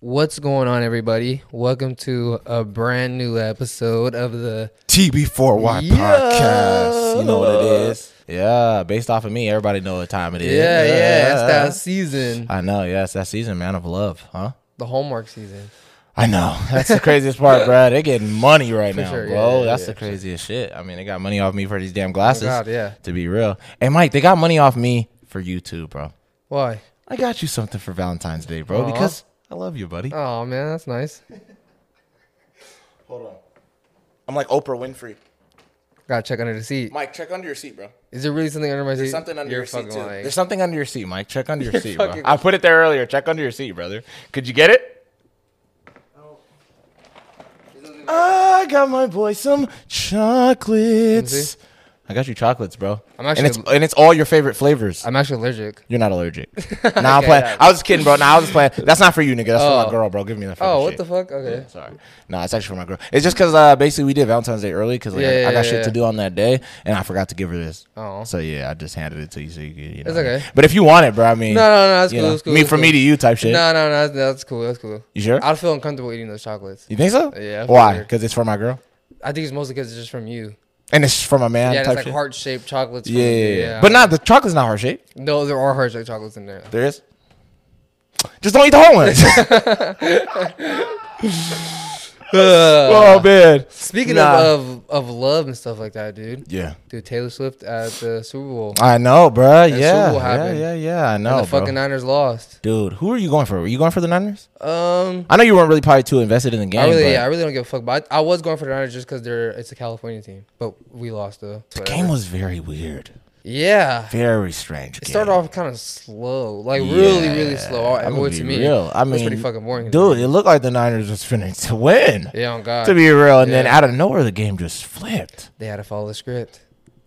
What's going on, everybody? Welcome to a brand new episode of the TB4Y Yeah. podcast. You know what it is. Yeah, based off of me, everybody know what time it yeah is. Uh, yeah, it's that season, I know. Yeah, it's that season, man, of love, huh? the homework season. I know. That's the craziest part, bro. They getting money right now, sure, yeah, bro. yeah, That's yeah, the for sure. craziest shit. I mean, they got money off me for these damn glasses. Oh, God, yeah. To be real, and Mike, they got money off me for you too, bro. Why? I got you something for Valentine's Day, bro, Aw. because I love you, buddy. Oh man, that's nice. Hold on. I'm like Oprah Winfrey. Gotta check under the seat. Mike, check under your seat, bro. Is there really something under my There's seat? something under You're your seat fucking too. lying. There's something under your seat, Mike. Check under your seat, bro. fucking- I put it there earlier. Check under your seat, brother. Could you get it? I got my boy some chocolates. see. I got you chocolates, bro. I'm and it's actually- and it's all your favorite flavors. I'm actually allergic. You're not allergic. Nah, I'm Okay, playing. yeah. I was just kidding, bro. Nah, I was just playing. That's not for you, nigga. That's for Oh. my girl, bro. Give me that. Oh, fucking what shit. the fuck? Okay. Sorry. Nah, it's actually for my girl. It's just because uh, basically we did Valentine's Day early because like, Yeah, I, yeah, I got yeah, shit to yeah. do on that day and I forgot to give her this. Aw. So yeah, I just handed it to you so you could, you know. It's okay. But if you want it, bro, I mean. No, no, no, that's you cool, know, that's cool, Me that's from cool. me to you type shit. No, no, no, that's, that's cool. That's cool. You sure? I'd feel uncomfortable eating those chocolates. you think so? Yeah, for Why? sure. Because it's for my girl I think it's mostly because it's just from you. and it's from a man Yeah, and it's type like shit. heart shaped chocolates. from- yeah, yeah, yeah. But not the chocolate's not heart shaped. no, there are heart shaped chocolates in there. There is. Just don't eat the whole ones. oh man. Speaking Nah. of, of of love and stuff like that, dude. Yeah. Dude, Taylor Swift at the Super Bowl. I know, bro. Super Yeah, Bowl yeah, happened. yeah, yeah. I know, and the bro. fucking Niners lost. Dude, who are you going for? Were you going for the Niners? Um, I know you weren't really probably too invested in the game. I really, but yeah, I really don't give a fuck. But I, I was going for the Niners just because they're it's a California team, but we lost though. the game was very weird, yeah. very strange. It game. started off kind of slow, like really, really Yeah, slow. All- I'ma which be to me, real. I it was mean, pretty fucking boring. dude. It looked like the Niners was finna to win. yeah, on God, To be real, and then Yeah. out of nowhere, the game just flipped. they had to follow the script.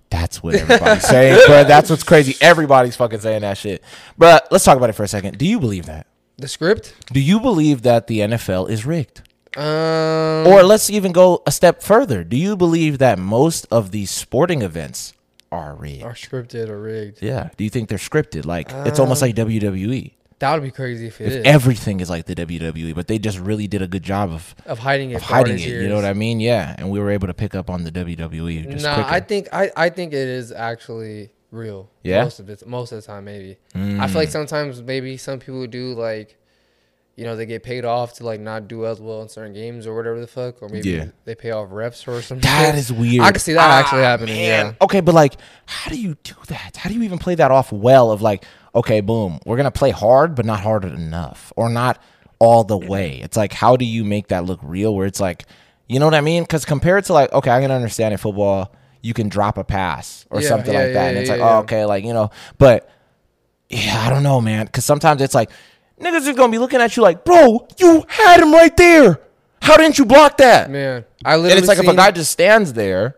That's what everybody's saying, bro. That's what's crazy. Everybody's fucking saying that shit, bro. Let's talk about it for a second. Do you believe that? The script, Do you believe that the NFL is rigged? um, Or let's even go a step further. Do you believe that most of these sporting events are rigged? are scripted or rigged. Yeah. Do you think they're scripted? Like it's almost Um, like WWE. That would be crazy if it is If everything is like the WWE, but they just really did a good job of, of hiding it, of hiding it. You know what I mean? Yeah. And we were able to pick up on the WWE just Nah, quicker. I think I, I think it is actually real. Yeah? Mm. most of it, most of the time, maybe. I feel like sometimes maybe some people do like, you know, they get paid off to like not do as well in certain games or whatever the fuck, or maybe Yeah. they pay off refs or something. that is weird. I can see that actually Ah, happening. man. Yeah. Okay, but like, how do you do that? How do you even play that off well? Of like, okay, boom, we're gonna play hard, but not hard enough, or not all the way. It's like, how do you make that look real? Where it's like, you know what I mean? Because compared to like, okay, I can understand in football, you can drop a pass or Yeah, something yeah, like that, yeah, and it's yeah, like, yeah. oh, okay, like you know, but yeah, I don't know, man. Because sometimes it's like niggas are gonna be looking at you like, bro, you had him right there. How didn't you block that? Man, I literally And it's like if a seen- guy just stands there,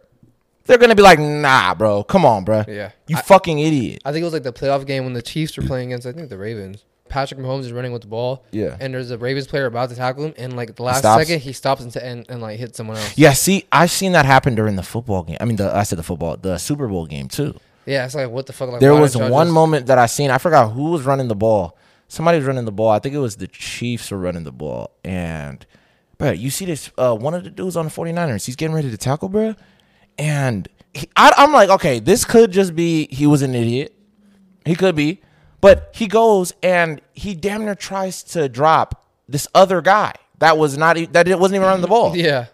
they're gonna be like, "Nah, bro, come on, bro, Yeah. you fucking idiot." I think it was like the playoff game when the Chiefs were playing against I think the Ravens. Patrick Mahomes is running with the ball. Yeah. And there's a Ravens player about to tackle him, and like the last stops. second he stops and, t- and and like hits someone else. Yeah, see, I've seen that happen during the football game. I mean, the I said the football, the Super Bowl game too. Yeah, it's like what the fuck. Like There why was don't y'all one just- moment that I seen. I forgot who was running the ball. Somebody was running the ball. I think it was the Chiefs were running the ball. And bro, you see this uh, one of the dudes on the 49ers, he's getting ready to tackle, bro. And he, I, I'm like, okay, this could just be he was an idiot. He could be. But he goes and he damn near tries to drop this other guy that was not e- that it wasn't even running the ball. Yeah.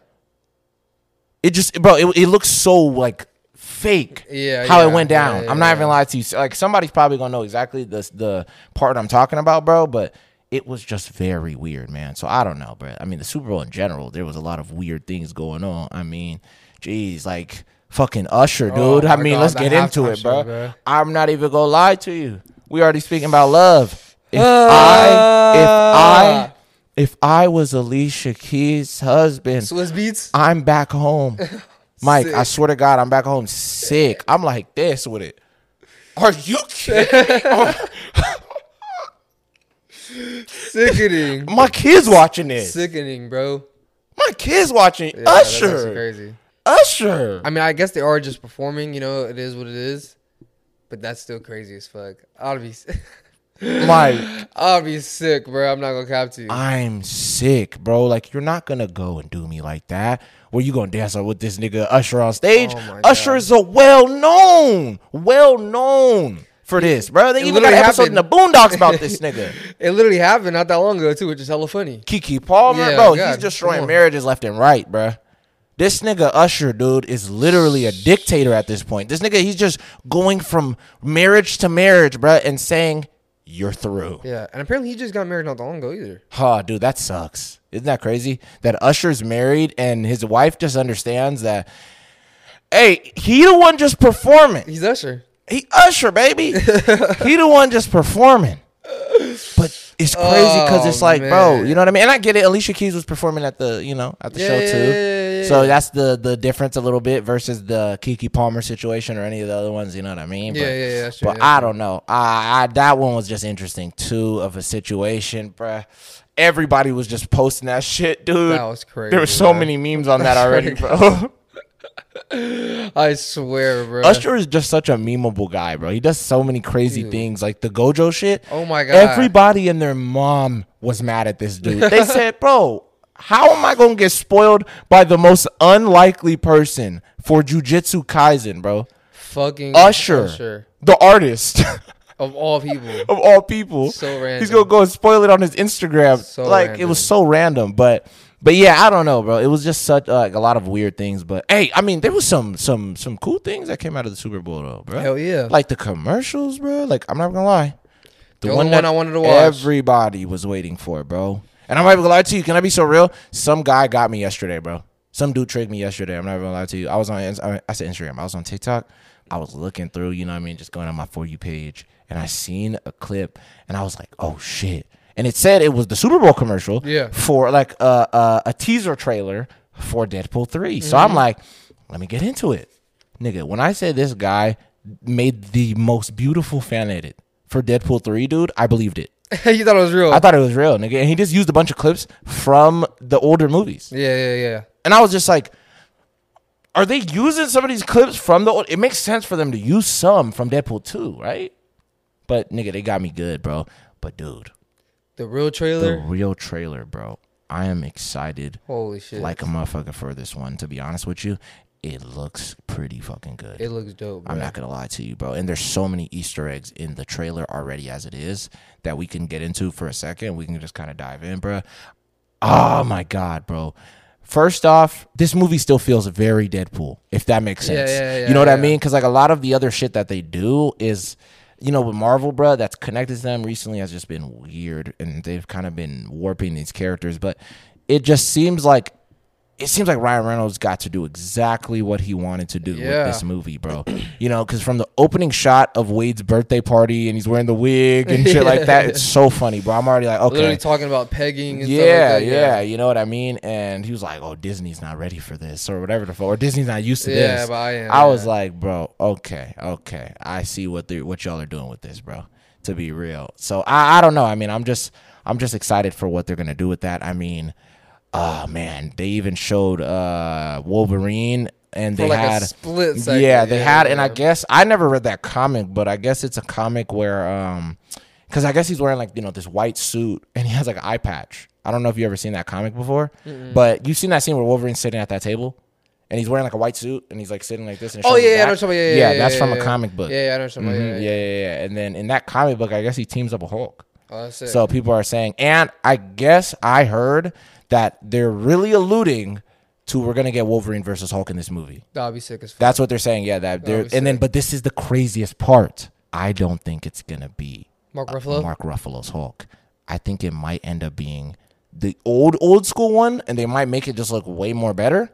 It just, bro, it, it looks so like fake. Yeah, how yeah, it went down. yeah, yeah, I'm not yeah. even lying to you. So, Like somebody's probably gonna know exactly the the part I'm talking about, bro. But it was just very weird, man. So I don't know, bro. I mean, the Super Bowl in general, there was a lot of weird things going on. I mean, jeez, like fucking Usher, Oh dude. I my mean, God, let's that get into halftime it, show, bro. bro. I'm not even gonna lie to you. We already speaking about love. If Ah. I, if I, if I was Alicia Keys' husband, Swiss beats. I'm back home. Mike, I Sick. swear to God, I'm back home sick. I'm like this with it. Are you kidding? Sickening. My kids watching this. Sickening, bro. My kids watching Yeah, that's actually Usher. crazy. Usher. I mean, I guess they are just performing. You know, it is what it is. But that's still crazy as fuck. I'll be, Mike, I'll be sick, bro. I'm not gonna cap to you. I'm sick, bro. Like you're not gonna go and do me like that. Where you gonna dance with this nigga Usher on stage? Oh my Usher God. is a well known, well known for this, bro. They It even got an literally episode in the Boondocks about this nigga. It literally happened not that long ago too, which is hella funny. Kiki Palmer, Yeah, bro, God, he's destroying come on. marriages left and right, bro. This nigga Usher, dude, is literally a dictator at this point. This nigga, he's just going from marriage to marriage, bro, and saying you're through. Yeah, and apparently he just got married not that long ago either. Oh, dude, that sucks. Isn't that crazy? That Usher's married and his wife just understands that. Hey, he the one just performing. He's Usher. He Usher, baby. he the one just performing. But it's crazy because it's Oh, like, bro, man. you know what I mean? And I get it. Alicia Keys was performing at the, you know, at the Yeah, show yeah, too. yeah, yeah, yeah, So yeah. that's the the difference a little bit versus the Kiki Palmer situation or any of the other ones. You know what I mean? Yeah, But- yeah, yeah. That's true, but yeah. I don't know. I, I that one was just interesting too of a situation, bruh. Everybody was just posting that shit, dude. That was crazy. there were so bro. many memes on that already, bro. I swear, bro. Usher is just such a memeable guy, bro. He does so many crazy things, like the Gojo shit. Oh my God. Everybody and their mom was mad at this dude. they said, "Bro, how am I gonna get spoiled by the most unlikely person for Jujutsu Kaisen, bro? Fucking Usher, the artist." of all people. of all people. So He's random. gonna go and spoil it on his Instagram. So like it was so random, but but yeah, I don't know, bro. It was just such uh, like a lot of weird things. But hey, I mean, there was some some some cool things that came out of the Super Bowl though, bro. Hell yeah. Like the commercials, bro. Like I'm not gonna lie, The only one I wanted to watch. Everybody was waiting for, bro. And I'm not even gonna lie to you. Can I be so real? Some guy got me yesterday, bro. Some dude tricked me yesterday. I'm not even gonna lie to you. I was on, Ins- I I said Instagram. I was on TikTok. I was looking through, you know what I mean, just going on my For You page. And I seen a clip and I was like, oh shit. And it said it was the Super Bowl commercial Yeah. for like a, a, a teaser trailer for Deadpool 3. So I'm like, let me get into it. Nigga, when I say this guy made the most beautiful fan edit for Deadpool 3, dude, I believed it. you thought it was real. I thought it was real, nigga. And he just used a bunch of clips from the older movies. yeah, yeah, yeah. And I was just like, are they using some of these clips from the old? It makes sense for them to use some from Deadpool 2, right? But nigga, they got me good, bro. But dude, The real the trailer. real trailer, bro. I am excited Holy shit. like a motherfucker for this one, to be honest with you. It looks pretty fucking good. it looks dope, bro. I'm not gonna lie to you, bro. And there's so many Easter eggs in the trailer already as it is that we can get into for a second. We can just kind of dive in, bro. Oh my god, bro. First off, this movie still feels very Deadpool, if that makes Yeah, sense. yeah, yeah, you know what I yeah. mean? Because like a lot of the other shit that they do is, you know, with Marvel, bro, that's connected to them recently has just been weird, and they've kind of been warping these characters. But it just seems like it seems like Ryan Reynolds got to do exactly what he wanted to do Yeah. with this movie, bro. you know, because from the opening shot of Wade's birthday party and he's wearing the wig and shit like that, it's so funny, bro. I'm already like, Literally okay. talking about pegging and Yeah, stuff like that. yeah, you know what I mean. And he was like, "Oh, Disney's not ready for this, or whatever the fuck, or Disney's not used to Yeah, this." but I am, I was yeah. like, "Bro, okay, okay, I see what the what y'all are doing with this, bro." To be real, so I I don't know. I mean, I'm just I'm just excited for what they're gonna do with that. I mean, oh man, they even showed uh Wolverine, and For they like a had split second, Yeah, they yeah, had, and I yeah. guess I never read that comic, but I guess it's a comic where um, because I guess he's wearing like you know this white suit and he has like an eye patch. I don't know if you ever seen that comic before, but you've seen that scene where Wolverine's sitting at that table. And he's wearing like a white suit, and he's like sitting like this. And it Oh shows his yeah, yeah, I know back. what you're talking about. yeah, yeah, yeah. that's from yeah, a comic book. Yeah, yeah, I know what you're talking Mhm, about. yeah, Yeah, yeah. yeah, yeah. And then in that comic book, I guess he teams up with Hulk. Oh, that's it. So people are saying, and I guess I heard that they're really alluding to we're gonna get Wolverine versus Hulk in this movie. that'll be sick as fuck. That's what they're saying. Yeah, that they're, Obviously. and then but this is the craziest part. I don't think it's gonna be Mark uh, Ruffalo? Mark Ruffalo's Hulk. I think it might end up being the old old school one, and they might make it just look way more better.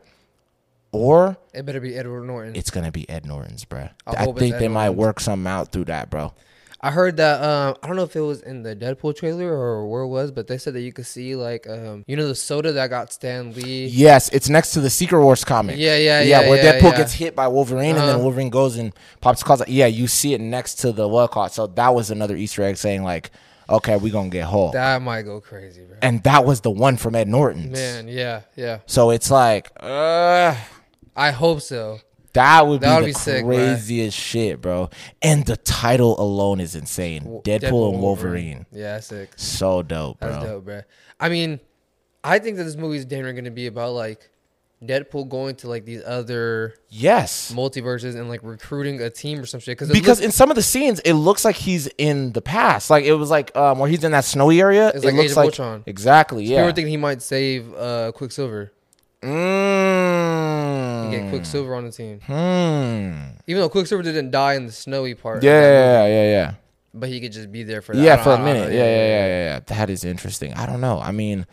Or It better be Edward Norton. it's gonna be Ed Norton's, bruh. I I hope it's think Ed they might Norton's. work something out through that, bro. I heard that um, I don't know if it was in the Deadpool trailer or where it was, but they said that you could see like um, you know the soda that got Stan Lee. Yes, it's next to the Secret Wars comic. Yeah, yeah, yeah, where yeah, Deadpool yeah. gets hit by Wolverine and then Uh-huh. Wolverine goes and pops calls. Yeah, you see it next to the what call. So that was another Easter egg saying like, okay, we gonna get Hulk, That might go crazy, bro. and that was the one from Ed Norton's. Man, yeah, yeah. So it's like, uh, I hope so. that would be That would the be sick, man. craziest shit, bro. And the title alone is insane. W- Deadpool, and Wolverine. Yeah, that's sick. So dope, bro. That's dope, bro. I mean, I think that this movie is damn near gonna be about like Deadpool going to like these other Yes. multiverses and like recruiting a team or some shit. Cause it Because looks- in some of the scenes, it looks like he's in the past. Like it was like um, where he's in that snowy area. It's it like looks Age of Ultron. exactly people yeah. were thinking he might save uh, Quicksilver Mm-hmm. and get Mm. Quicksilver on the team. Hmm. Even though Quicksilver didn't die in the snowy part. of Yeah, that movie, yeah, yeah, yeah. But he could just be there for that. I Yeah, don't- for I a don't- minute. Yeah, yeah, yeah, yeah, yeah. That is interesting. I don't know. I mean,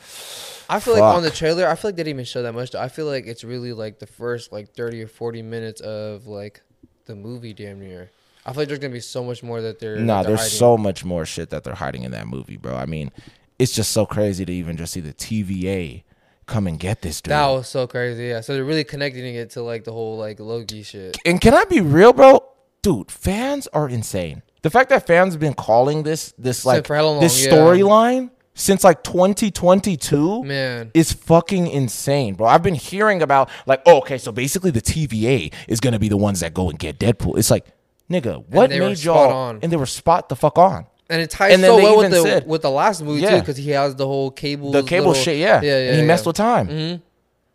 I feel like on the Fuck. trailer, I feel like they didn't even show that much. I feel like it's really like the first like thirty or forty minutes of like the movie, damn near. I feel like there's gonna be so much more that they're No, that they're there's hiding. so much more shit that they're hiding in that movie, bro. I mean, it's just so crazy to even just see the TVA come and get this dude. that was so crazy. Yeah, so they're really connecting it to like the whole like Loki shit. and can I be real, bro? Dude, fans are insane. The fact that fans have been calling this this like for hella this long, yeah. storyline since like 2022 Man. is fucking insane, bro. I've been hearing about like, oh, okay, so basically the TVA is gonna be the ones that go and get Deadpool. It's like, nigga, what they were made spot y'all? on. And they were spot the fuck on. And it ties And then so they well with the even said- with the last movie too, Yeah. because he has the whole cable. the cable little- shit, yeah. yeah, yeah. And he yeah. Mm-hmm. messed with time.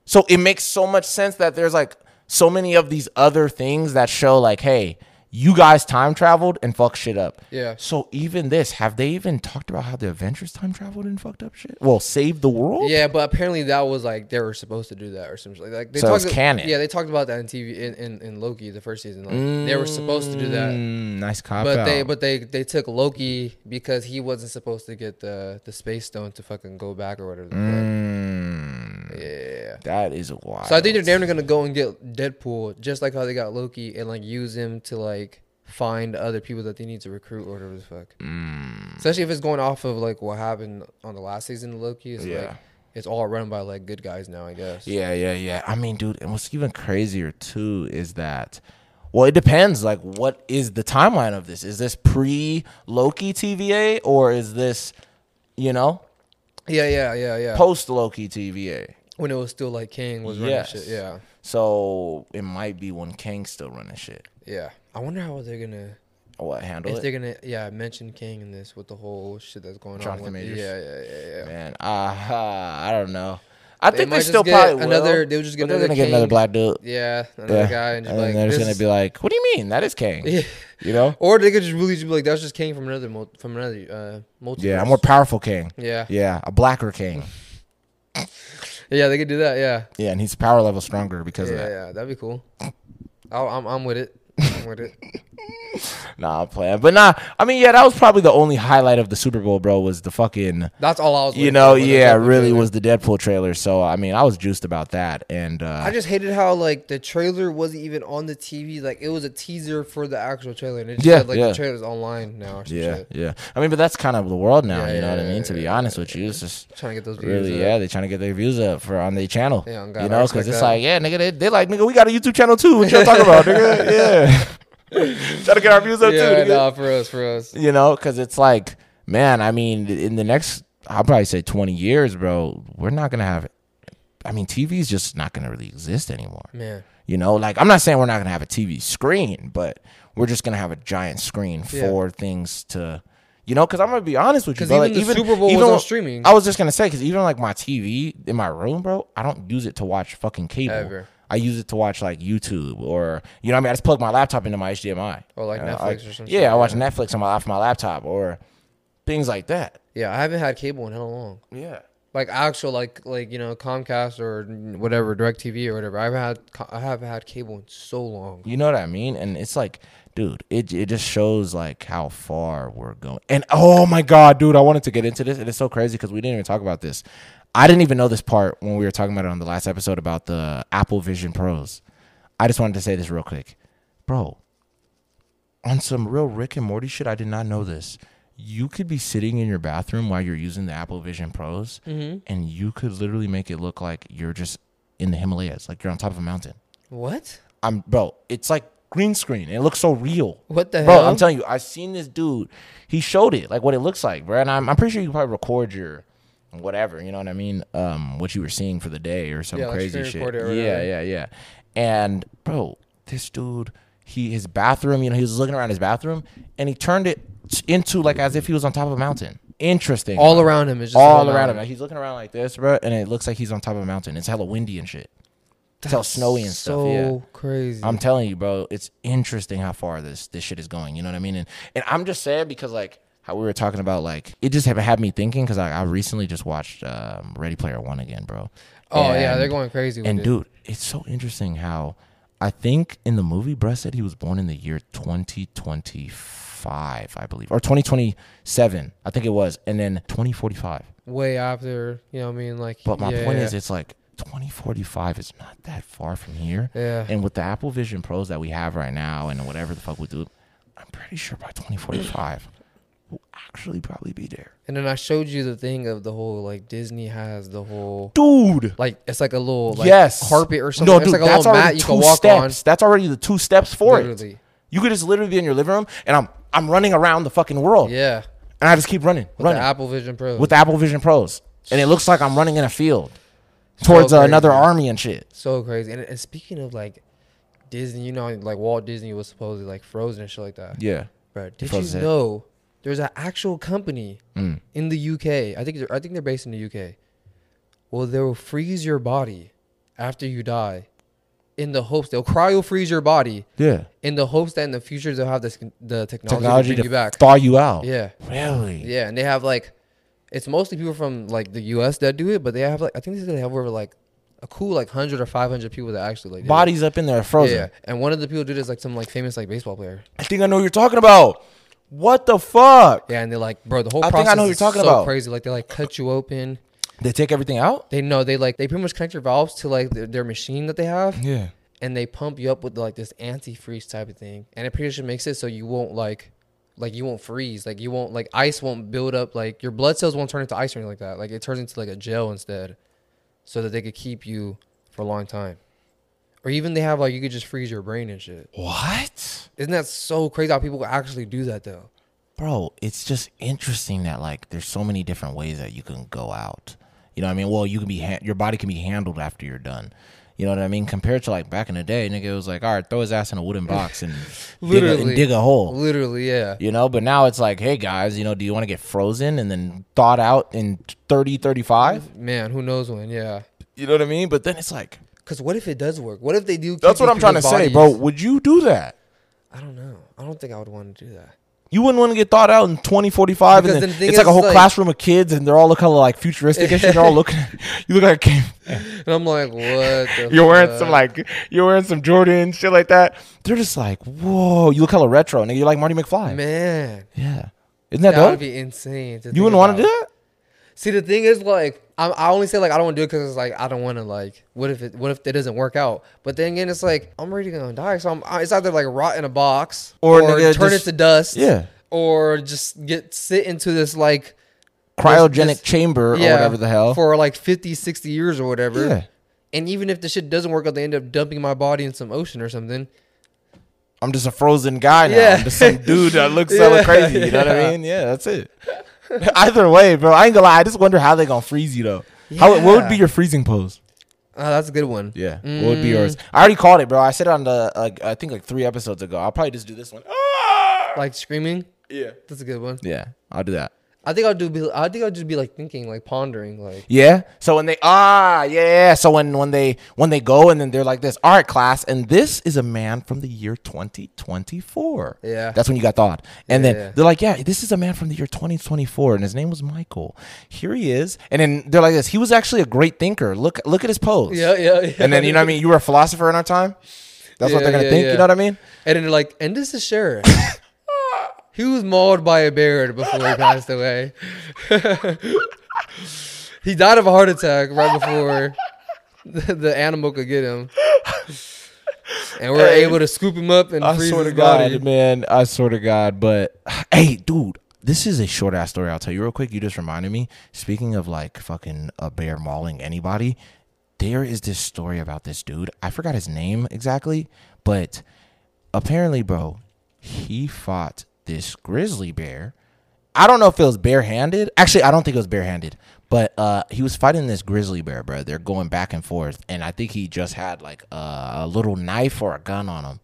So it makes so much sense that there's like so many of these other things that show like, hey, you guys time traveled and fuck shit up. Yeah. So even this, have they even talked about how the Avengers time traveled and fucked up shit? Well, saved the world. Yeah, but apparently that was like they were supposed to do that or something like that. They So it's talked- canon. Yeah, they talked about that in TV in, in, in Loki the first season. Like they were supposed to do that. Mm, nice cop But out. they but they they took Loki because he wasn't supposed to get the the space stone to fucking go back or whatever. the fuck. Mm, Yeah. that is wild. So I think they're damn near gonna go and get Deadpool just like how they got Loki and like use him to like find other people that they need to recruit or whatever the fuck. Mm. Especially if it's going off of like what happened on the last season of Loki. It's like Yeah. it's all run by like good guys now, I guess. Yeah, yeah, yeah. I mean, dude, and what's even crazier too is that well, it depends. Like, what is the timeline of this? Is this pre Loki TVA or is this, you know, Yeah, yeah, yeah, yeah. post Loki TVA? when it was still like King was Yes. running shit. Yeah, So it might be when Kang's still running shit. yeah. I wonder how they're gonna What handle if they're it, gonna yeah mention King in this with the whole shit that's going Jonathan on. with- Majors. Yeah, yeah, yeah, yeah. man? Uh, I don't know. I think might they just still get probably another- will, they'll just get but they're another gonna get another Kang. black dude. Yeah, another Yeah. guy and just and like they're this just gonna is- be like, "What do you mean that is Kang?" Yeah. You know? or they could just really just be like that's just King from another mul- from another uh multiverse. Yeah, a more powerful King. yeah. yeah, Yeah, a blacker King. They could do that. Yeah, Yeah, and his power level stronger because yeah, of that. yeah. That'd be cool. I'll, I'm I'm with it. I'm with it. Nah, I'm playing. But nah, I mean, yeah, that was probably the only highlight of the Super Bowl, bro, was the fucking, That's all I was. you waiting know, for was the yeah, Deadpool really trailer. was the Deadpool trailer. So, I mean, I was juiced about that. And I uh, just hated how like the trailer wasn't even on the TV. Like it was a teaser for the actual trailer, and it just Yeah, said, like yeah. the trailer's online now. Or some yeah, shit. yeah. I mean, but that's kind of the world now, Yeah, you know yeah, what I mean? yeah, to be yeah, honest with you, it's just trying to get those views. really, up. yeah, they're trying to get their views up for on their channel. Yeah, on God, you I know, respect because it's that. like, yeah, nigga, they, they like, nigga, we got a YouTube channel too. What y'all talking about, nigga? Yeah. trying to get our views up too. yeah, nigga. nah, for us, for us. you know because it's like man i mean in the next i'll probably say 20 years bro we're not gonna have i mean tv is just not gonna really exist anymore Man, you know like i'm not saying we're not gonna have a tv screen but we're just gonna have a giant screen Yeah. for things to you know because i'm gonna be honest with you 'Cause bro. even like, the even Super Bowl was even- on streaming. i was just gonna say because even like my tv in my room bro i don't use it to watch fucking cable Ever. I use it to watch like YouTube or you know what I mean I just plug my laptop into my HDMI Or, like, You know, Netflix or some Uh, yeah shit, I watch yeah. Netflix on my off my laptop or things like that yeah, I haven't had cable in how long? yeah Like actual, like like you know Comcast or whatever, DirecTV or whatever. I've had co- I haven't had cable in so long. you know what I mean and it's like dude it it just shows like how far we're going and oh my god dude I wanted to get into this and it's so crazy because we didn't even talk about this I didn't even know this part when we were talking about it on the last episode about the Apple Vision Pros I just wanted to say this real quick bro on some real Rick and Morty shit, I did not know this. You could be sitting in your bathroom while you're using the Apple Vision Pros, and you could literally make it look like you're just in the Himalayas, like you're on top of a mountain. What? I'm bro, it's like green screen. It looks so real. What the bro, hell? I'm telling you, I seen this dude. He showed it, like what it looks like, bro. And I'm, I'm pretty sure you can probably record your whatever, you know what I mean? Um, what you were seeing for the day or some Yeah, like crazy screen shit. recorder or Yeah, whatever. yeah, yeah. And bro, this dude, he his bathroom, you know, he was looking around his bathroom and he turned it t- into like as if he was on top of a mountain. Interesting. all bro. around him is just all a around him. mountain. Like, he's looking around like this, bro, and it looks like he's on top of a mountain. It's hella windy and shit. It's hella snowy and stuff. So yeah. crazy. I'm telling you, bro, it's interesting how far this this shit is going. You know what I mean? And and I'm just sad because like how we were talking about like it just have, had me thinking because I, I recently just watched um, Ready Player One again, bro. oh yeah, they're And- going crazy. With And it. dude, it's so interesting how I think in the movie, Brett said he was born in the year 2025, I believe, or 2027, I think it was, and then 2045. way after you know what I mean like. But my yeah, point yeah. is, it's like 2045 is not that far from here. Yeah. And with the Apple Vision Pros that we have right now and whatever the fuck we do, I'm pretty sure by 2045, we'll actually probably be there. and then I showed you the thing of the whole like Disney has the whole Dude. like it's like a little like, yes. carpet or something. No, it's dude, like a that's little already mat you two can walk steps. That's already the two steps for it. Literally. You could just literally be in your living room and I'm I'm running around the fucking world. on. Yeah, And I just keep running, with running the Apple Vision Pro. with the Apple Vision Pros. And it looks like I'm running in a field towards uh, crazy. another army and shit. so crazy. And, and speaking of like Disney, you know, like Walt Disney was supposedly like frozen and shit like that. Yeah. Bro, did froze his you head. know there's an actual company Mm. in the UK? I think they're- I think they're based in the UK. Well, they will freeze your body after you die, in the hopes they'll cryo freeze your body Yeah. in the hopes that in the future they'll have this the technology, to technology bring to you back. thaw you out. yeah, Really? yeah, and they have like it's mostly people from like the US that do it, but they have like I think they have over like a cool like hundred or five hundred people that actually like do it. Bodies up in there frozen. Yeah, and one of the people who did it is like some like famous like baseball player. I think I know what you're talking about. What the fuck? Yeah, and they're like, bro, the whole I think process I know what you're is talking so about. crazy. Like they like cut you open. They take everything out? They know they like they pretty much connect your valves to like their, their machine that they have, Yeah. and they pump you up with like this antifreeze type of thing, and it pretty much makes it so you won't like. Like you won't freeze, like you won't like ice won't build up, like your blood cells won't turn into ice or anything like that. Like it turns into like a gel instead, so that they could keep you for a long time. Or even they have like you could just freeze your brain and shit. What? Isn't that so crazy how people actually do that though? Bro, it's just interesting that like there's so many different ways that you can go out. You know what I mean? Well, you can be ha- your body can be handled after you're done. You know what I mean? Compared to like back in the day, nigga, it was like, all right, throw his ass in a wooden box and, dig, a, and Literally. dig a hole. Literally, yeah. You know, but now it's like, hey guys, you know, do you want to get frozen and then thawed out in 30, 35? Man, who knows when? Yeah. You know what I mean? But then it's like, Because what if it does work? What if they do? keep that's what these I'm trying to people's say, bro. bodies? Would you do that? I don't know. I don't think I would want to do that. You wouldn't want to get thought out in 2045, Because and then the thing it's like a is, whole like- classroom of kids, and they're all look kind of like futuristic and shit. They're all looking. You look like a- And I'm like, what? The you're wearing fuck? some like you're wearing some Jordan shit like that. They're just like, whoa, you look hella retro, and you're like Marty McFly. Man, Yeah, isn't that, that would dope? be insane. you wouldn't want to do that? See, the thing is, like, I'm, I only say like I don't want to do it because it's like I don't want to. Like, what if it? What if it doesn't work out? But then again, it's like I'm already gonna die, so I'm. I- It's either like rot in a box Or or, nigga, turn just- it to dust. Yeah. Or just get sit into this like Cryogenic This- this- chamber yeah, or whatever the hell. for like 50, 60 years or whatever. Yeah. And even if the shit doesn't work out, they end up dumping my body in some ocean or something. I'm just a frozen guy now. Yeah. I'm just some dude that looks hella Yeah, crazy. You know what I yeah. mean? Yeah, that's it. Either way, bro, I ain't gonna lie. I just wonder how they gonna freeze you though. How what would be Yeah. your freezing pose? Oh, that's a good one. Yeah, what would be yours? Mm. I already called it, bro. I said it on the like I think like three episodes ago. I'll probably just do this one. Ah! Like screaming. yeah, That's a good one. yeah, I'll do that. I think I'll do. Be, I think I'll just be like thinking, like pondering, like Yeah. So when they ah yeah, yeah. so when when they when they go and then they're like this. All right, class, and this is a man from the year 2024. Yeah. That's when you got thawed. And Yeah. then they're like, yeah, this is a man from the year 2024, and his name was Michael. Here he is. And then they're like this. He was actually a great thinker. Look look at his pose. yeah, yeah, yeah. And then you know what I mean. You were a philosopher in our time. That's what Yeah, they're gonna yeah, think. yeah. You know what I mean? And then they're like, and this is Sheriff. he was mauled by a bear before he passed away. he died of a heart attack right before the, the animal could get him. and we were able to scoop him up and I freeze swear his to God, body. man. I swear to God. But hey, dude, this is a short ass story. I'll tell you real quick. You just reminded me. Speaking of like fucking a bear mauling anybody, there is this story about this dude. I forgot his name exactly, but apparently, bro, he fought this grizzly bear. I don't know if it was barehanded. Actually, I don't think it was barehanded, but uh, he was fighting this grizzly bear, bro. They're going back and forth, and I think he just had like a, a little knife or a gun on him.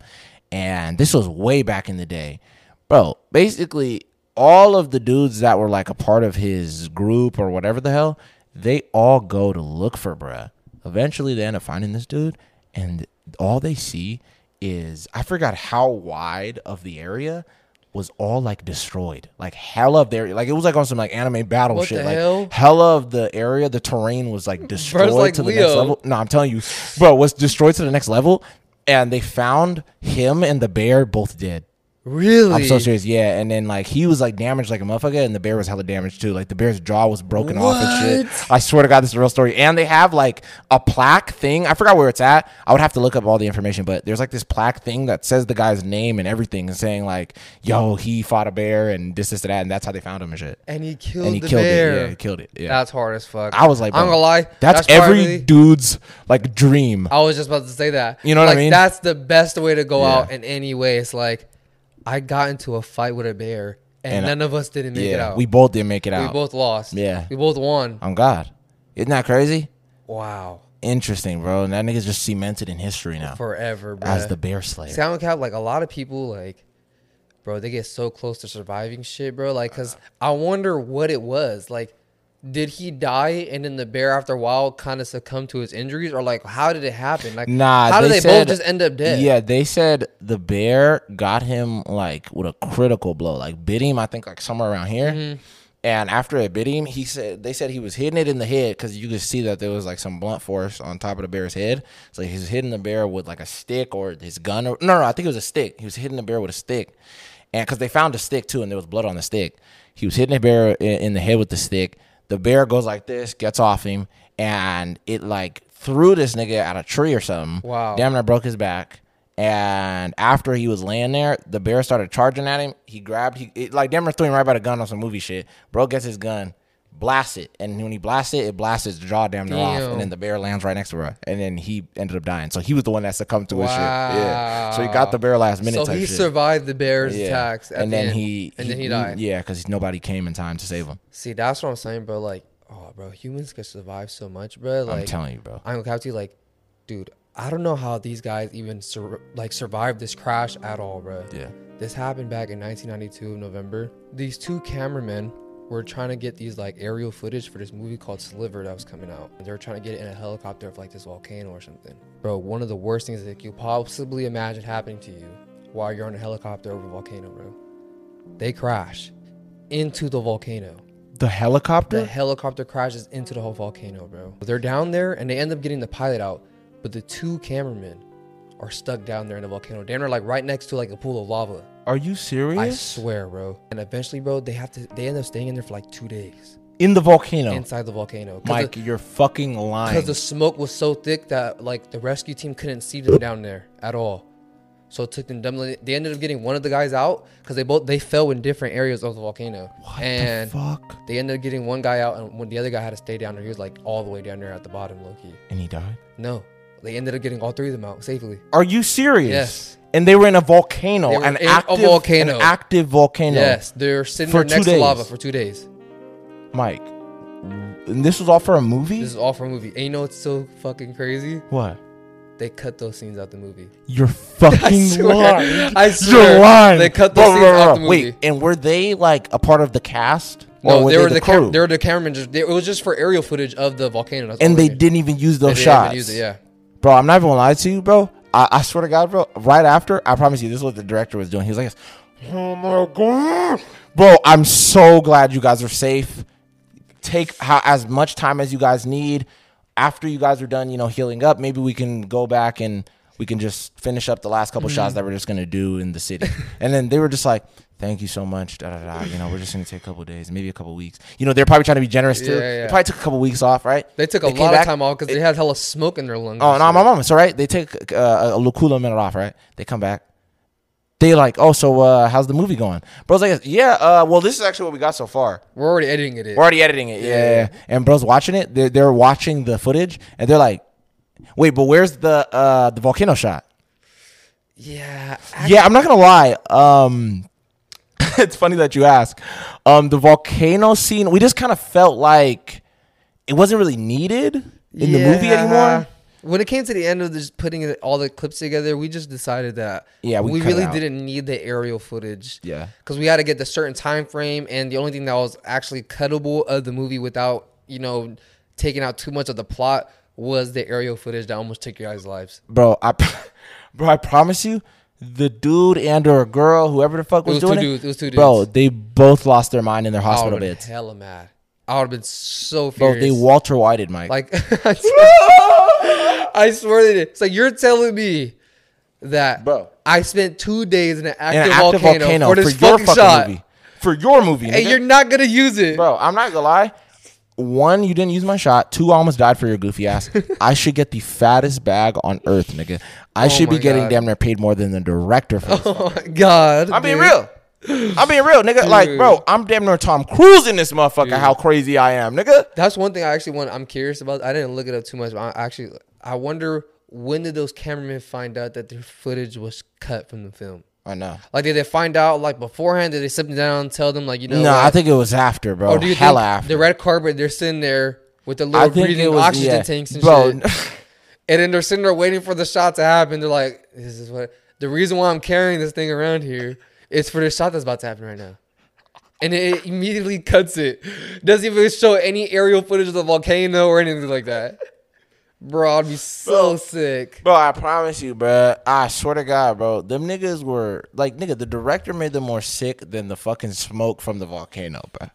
And this was way back in the day, bro. Basically, all of the dudes that were like a part of his group or whatever the hell, they all go to look for, bro. Eventually, they end up finding this dude, and all they see is I forgot how wide of the area was all like destroyed, like hell of the area. Like it was like on some like anime battle What shit. the like hell? hell of the area, the terrain was like destroyed like to the next Leo. level. No, I'm telling you, bro, was destroyed to the next level, and they found him and the bear both dead. Really? I'm so serious, yeah. And then like he was like damaged like a motherfucker, and the bear was hella damaged too. Like the bear's jaw was broken off and shit. I swear to God, this is a real story. And they have like a plaque thing. I forgot where it's at. I would have to look up all the information, but there's like this plaque thing that says the guy's name and everything, and saying like, "Yo, he fought a bear and this, this, and that," and that's how they found him and shit. And he killed And he the killed bear. it. Yeah, he killed it. Yeah. That's hard as fuck. I was like, I'm bro, gonna lie. That's, every probably- dude's like dream. I was just about to say that. You know what I Like, mean? That's the best way to go Yeah. out in any way. It's like I got into a fight with a bear, and, And, uh, none of us didn't make it Yeah, out. we both didn't make it we out. both lost. Yeah. we both won. on God, isn't that crazy? Wow, Interesting, bro. And that nigga's just cemented in history now forever, bro. as the bear slayer. Sound cap, like a lot of people, like, bro, they get so close to surviving shit, bro. Like, cause I wonder what it was. Like, did he die and then the bear after a while kind of succumbed to his injuries, or like, how did it happen? Like, Nah, how did they they both said- just end up dead? Yeah, they said the bear got him like with a critical blow, like bit him. I think like somewhere around here. And after it bit him, he said they said he was hitting it in the head because you could see that there was like some blunt force on top of the bear's head. So he was hitting the bear with like a stick or his gun. Or, no, no, I think it was a stick. He was hitting the bear with a stick, and because they found a stick too, and there was blood on the stick. He was hitting the bear in, in the head with the stick. The bear goes like this, gets off him, and it like threw this nigga at a tree or something. Wow. Damn near broke his back. And after he was laying there, the bear started charging at him. He grabbed, he it, like damn near threw him right by the gun on some movie shit. Bro gets his gun, blasts it, and when he blasts it, it blasts his jaw damn near off, Damn. and then the bear lands right next to her, and then he ended up dying. So he was the one that succumbed to his shit. Yeah. So he got the bear last minute. So type he shit. survived the bear's Yeah. attacks, at and the then end, he and then he died. Yeah, because nobody came in time to save him. See, that's what I'm saying, bro. Like, oh, bro, humans can survive so much, bro. Like, I'm telling you, bro. I'm gonna have to like, dude, I don't know how these guys even sur- like survived this crash at all, bro. Yeah. This happened back in 1992 of November. These two cameramen were trying to get these like aerial footage for this movie called Sliver that was coming out. They were trying to get it in a helicopter of like this volcano or something. Bro, one of the worst things that you could possibly imagine happening to you while you're on a helicopter over a volcano, bro. They crash into the volcano. The helicopter. The helicopter crashes into the whole volcano, bro. They're down there and they end up getting the pilot out, but the two cameramen are stuck down there in the volcano. Damn, they're like right next to like a pool of lava. Are you serious? I swear, bro. And eventually, bro, they have to. They end up staying in there for like two days in the volcano. inside the volcano. Mike, you're fucking lying. because the smoke was so thick that like the rescue team couldn't see them down there at all. So it took them dumbly. They ended up getting one of the guys out because they both they fell in different areas of the volcano. What and the fuck? They ended up getting one guy out, and when the other guy had to stay down there, he was like all the way down there at the bottom, low key. And he died. No, they ended up getting all three of them out safely. Are you serious? Yes. And they were in a volcano, They were an in a active volcano. an active volcano. Yes, they're sitting For there next two to lava days. for two days. Mike. And this was all for a movie. This is all for a movie. And you know what's so fucking crazy? what? They cut those scenes out the movie. You're fucking swear. lying. I You're swear. lying. They cut Bro, those scenes bro, bro, out the Wait, movie. and were they like a part of the cast? No, they were the, crew? cam- they were the cameramen. Just, they, it was just for aerial footage of the volcano. That's all and they did. didn't even use those They didn't even shots. use it, yeah. Bro, I'm not even gonna lie to you, bro. I, I swear to God, bro. Right after, I promise you, this is what the director was doing. He was like, this, "Oh my god, bro! I'm so glad you guys are safe. Take how, as much time as you guys need. After you guys are done, you know, healing up, maybe we can go back and we can just finish up the last Mm-hmm. couple shots that we're just gonna do in the city. and then they were just like, "Thank you so much." Da, da, da. You know, we're just gonna take a couple days, maybe a couple weeks. You know, they're probably trying to be generous too. Yeah, They yeah. probably took a couple weeks off, right? They took a came lot back- of time off because they had hella smoke in their lungs. Oh, and no, shit. my mom. It's all right. They take uh, a Lukula minute off, right? They come back. They like, oh, so uh, how's the movie going? Bro's like, yeah, uh, well, this is actually what we got so far. We're already editing it. in. We're already editing it. Yeah. yeah, yeah. And bro's watching it. They're, they're watching the footage and they're like, wait, but where's the uh, the volcano shot? Yeah. Yeah, I'm not gonna lie. Um, it's funny that you ask. Um, the volcano scene, we just kind of felt like it wasn't really needed in the movie Yeah. anymore. When it came to the end of just putting it- all the clips together, we just decided that Yeah, we we, cut it really out. didn't need the aerial footage. Yeah. because we had to get the certain time frame, and the only thing that was actually cuttable of the movie without you know taking out too much of the plot was the aerial footage that almost took your guys' lives. bro. I, bro, I promise you, the dude and or girl, whoever the fuck was, was two doing it, dudes, it was two bro, dudes. Oh, they both lost their mind in their I hospital would have been beds. hella mad. I would have been so Bro, furious. they Walter Whited, Mike. Like, I swear- I swear they did. It's like you're telling me that, Bro. I spent two days in an in active, an active volcano, volcano, for for, this your fucking, fucking shot, movie, for your movie, and nigga. you're not gonna use it. bro. I'm not gonna lie. One, you didn't use my shot. Two, I almost died for your goofy ass. I should get the fattest bag on earth, nigga. I should be Oh my getting God. damn near paid more than the director for this. Oh my god, I'm being dude. real. I'm being real, nigga. Like, bro, I'm damn near Tom Cruise in this motherfucker. How crazy I am, nigga. That's one thing I actually want. I'm curious about. I didn't look it up too much, but I actually, I wonder when did those cameramen find out that their footage was cut from the film? I know. Like, did they find out like beforehand? Did they sit them down and tell them like you know? No, I what? think it was after, bro. Or do you Hella think after. the red carpet? They're sitting there with the I little think it breathing was oxygen yeah. tanks and bro. shit, and then they're sitting there waiting for the shot to happen. They're like, "This is what the reason why I'm carrying this thing around here is for this shot that's about to happen right now." And it immediately cuts it. Doesn't even show any aerial footage of the volcano or anything like that. Bro, I'd be so sick. Bro, I promise you, bro. I swear to God, bro. Them niggas were like, nigga. The director made them more sick than the fucking smoke from the volcano, bro.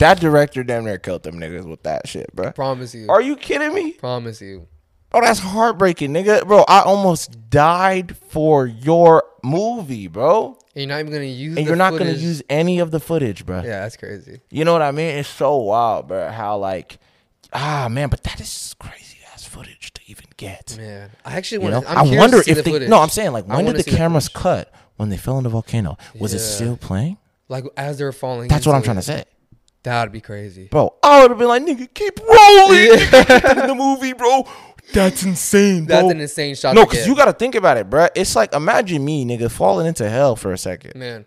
That director damn near killed them niggas with that shit, bro. Promise you. Are you kidding me? Promise you. Oh, that's heartbreaking, nigga. Bro, I almost died for your movie, bro. And you're not even gonna use. And the you're not gonna footage. use any of the footage, bro. Yeah, that's crazy. You know what I mean? It's so wild, bro. How like, ah, man, but that is crazy ass footage to even get. Man, I actually You want. know, to. i wonder if the they. footage. No, I'm saying like, I when did wanna the see the cameras cut? When they fell in the volcano, was it Yeah. still playing? like as they're falling. That's what into I'm trying it. to say, That'd be crazy. bro. I would have been like, nigga, keep rolling Keep in the movie, bro. That's insane, bro. That's an insane shot. no, to because get, you got to think about it, bro. It's like imagine me, nigga, falling into hell for a second. man.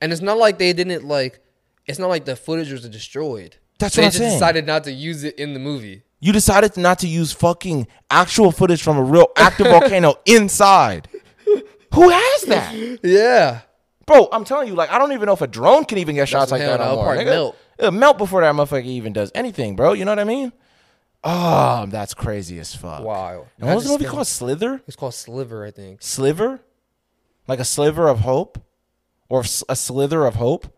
And it's not like they didn't like. It's not like the footage was destroyed. That's they what I'm just saying. decided not to use it in the movie. You decided not to use fucking actual footage from a real active volcano inside. Who has that? Yeah, Bro, I'm telling you, like, I don't even know if a drone can even get shots like what I'm that saying, I'll anymore. probably nigga. melt. It'll melt before that motherfucker even does anything, bro. You know what I mean? Oh, that's crazy as fuck. Wow. And what was I the movie just- called? Slither? it's called Sliver, I think. Sliver? Like a sliver of hope? Or s- a slither of hope?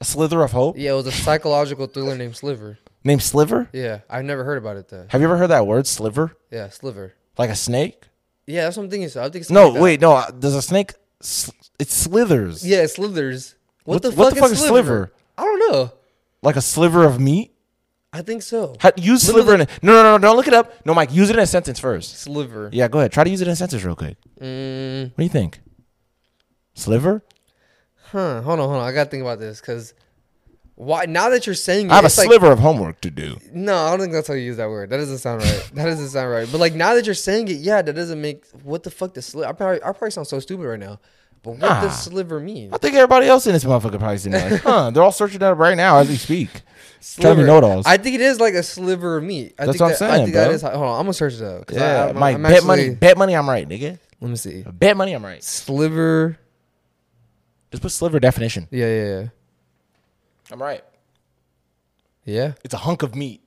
A slither of hope? Yeah, it was a psychological thriller named Sliver. Named Sliver? Yeah, I've never heard about it though. Have you ever heard that word, sliver? Yeah, Sliver. Like a snake? Yeah, that's what I'm thinking. So I think it's No, like that. wait, no. uh, There's a snake. Sl- it slithers. Yeah, it slithers. What, What- the fuck, what the is fuck is sliver? sliver? I don't know. Like a sliver of meat. I think so. How, use sliver in a No, no, no. Don't look it up. No, Mike. Use it in a sentence first. Sliver. Yeah, go ahead. Try to use it in a sentence real quick. Mm, What do you think? Sliver? huh. Hold on, hold on. I gotta think about this because why? Now that you're saying, it, I have a it's like- sliver of homework to do. No, I don't think that's how you use that word. That doesn't sound right. that doesn't sound right. But like now that you're saying it, yeah, that doesn't make what the fuck does sliver? I probably I probably sound so stupid right now. But what Nah. does sliver mean? I think everybody else in this motherfucker probably sitting there like, huh? They're all searching that up right now as we speak. Trying to be Sliver. know-it-alls. I think it is like a sliver of meat. I That's think what I'm that, I saying, think bro. that is. How, hold on, I'm gonna search it up. 'cause I- Yeah, I'm- Uh, Mike. I'm bet money. actually- Bet money. I'm right, nigga. Let me see. Bet money. I'm right. Sliver. Just put sliver definition. Yeah, yeah, yeah. I'm right. Yeah. It's a hunk of meat.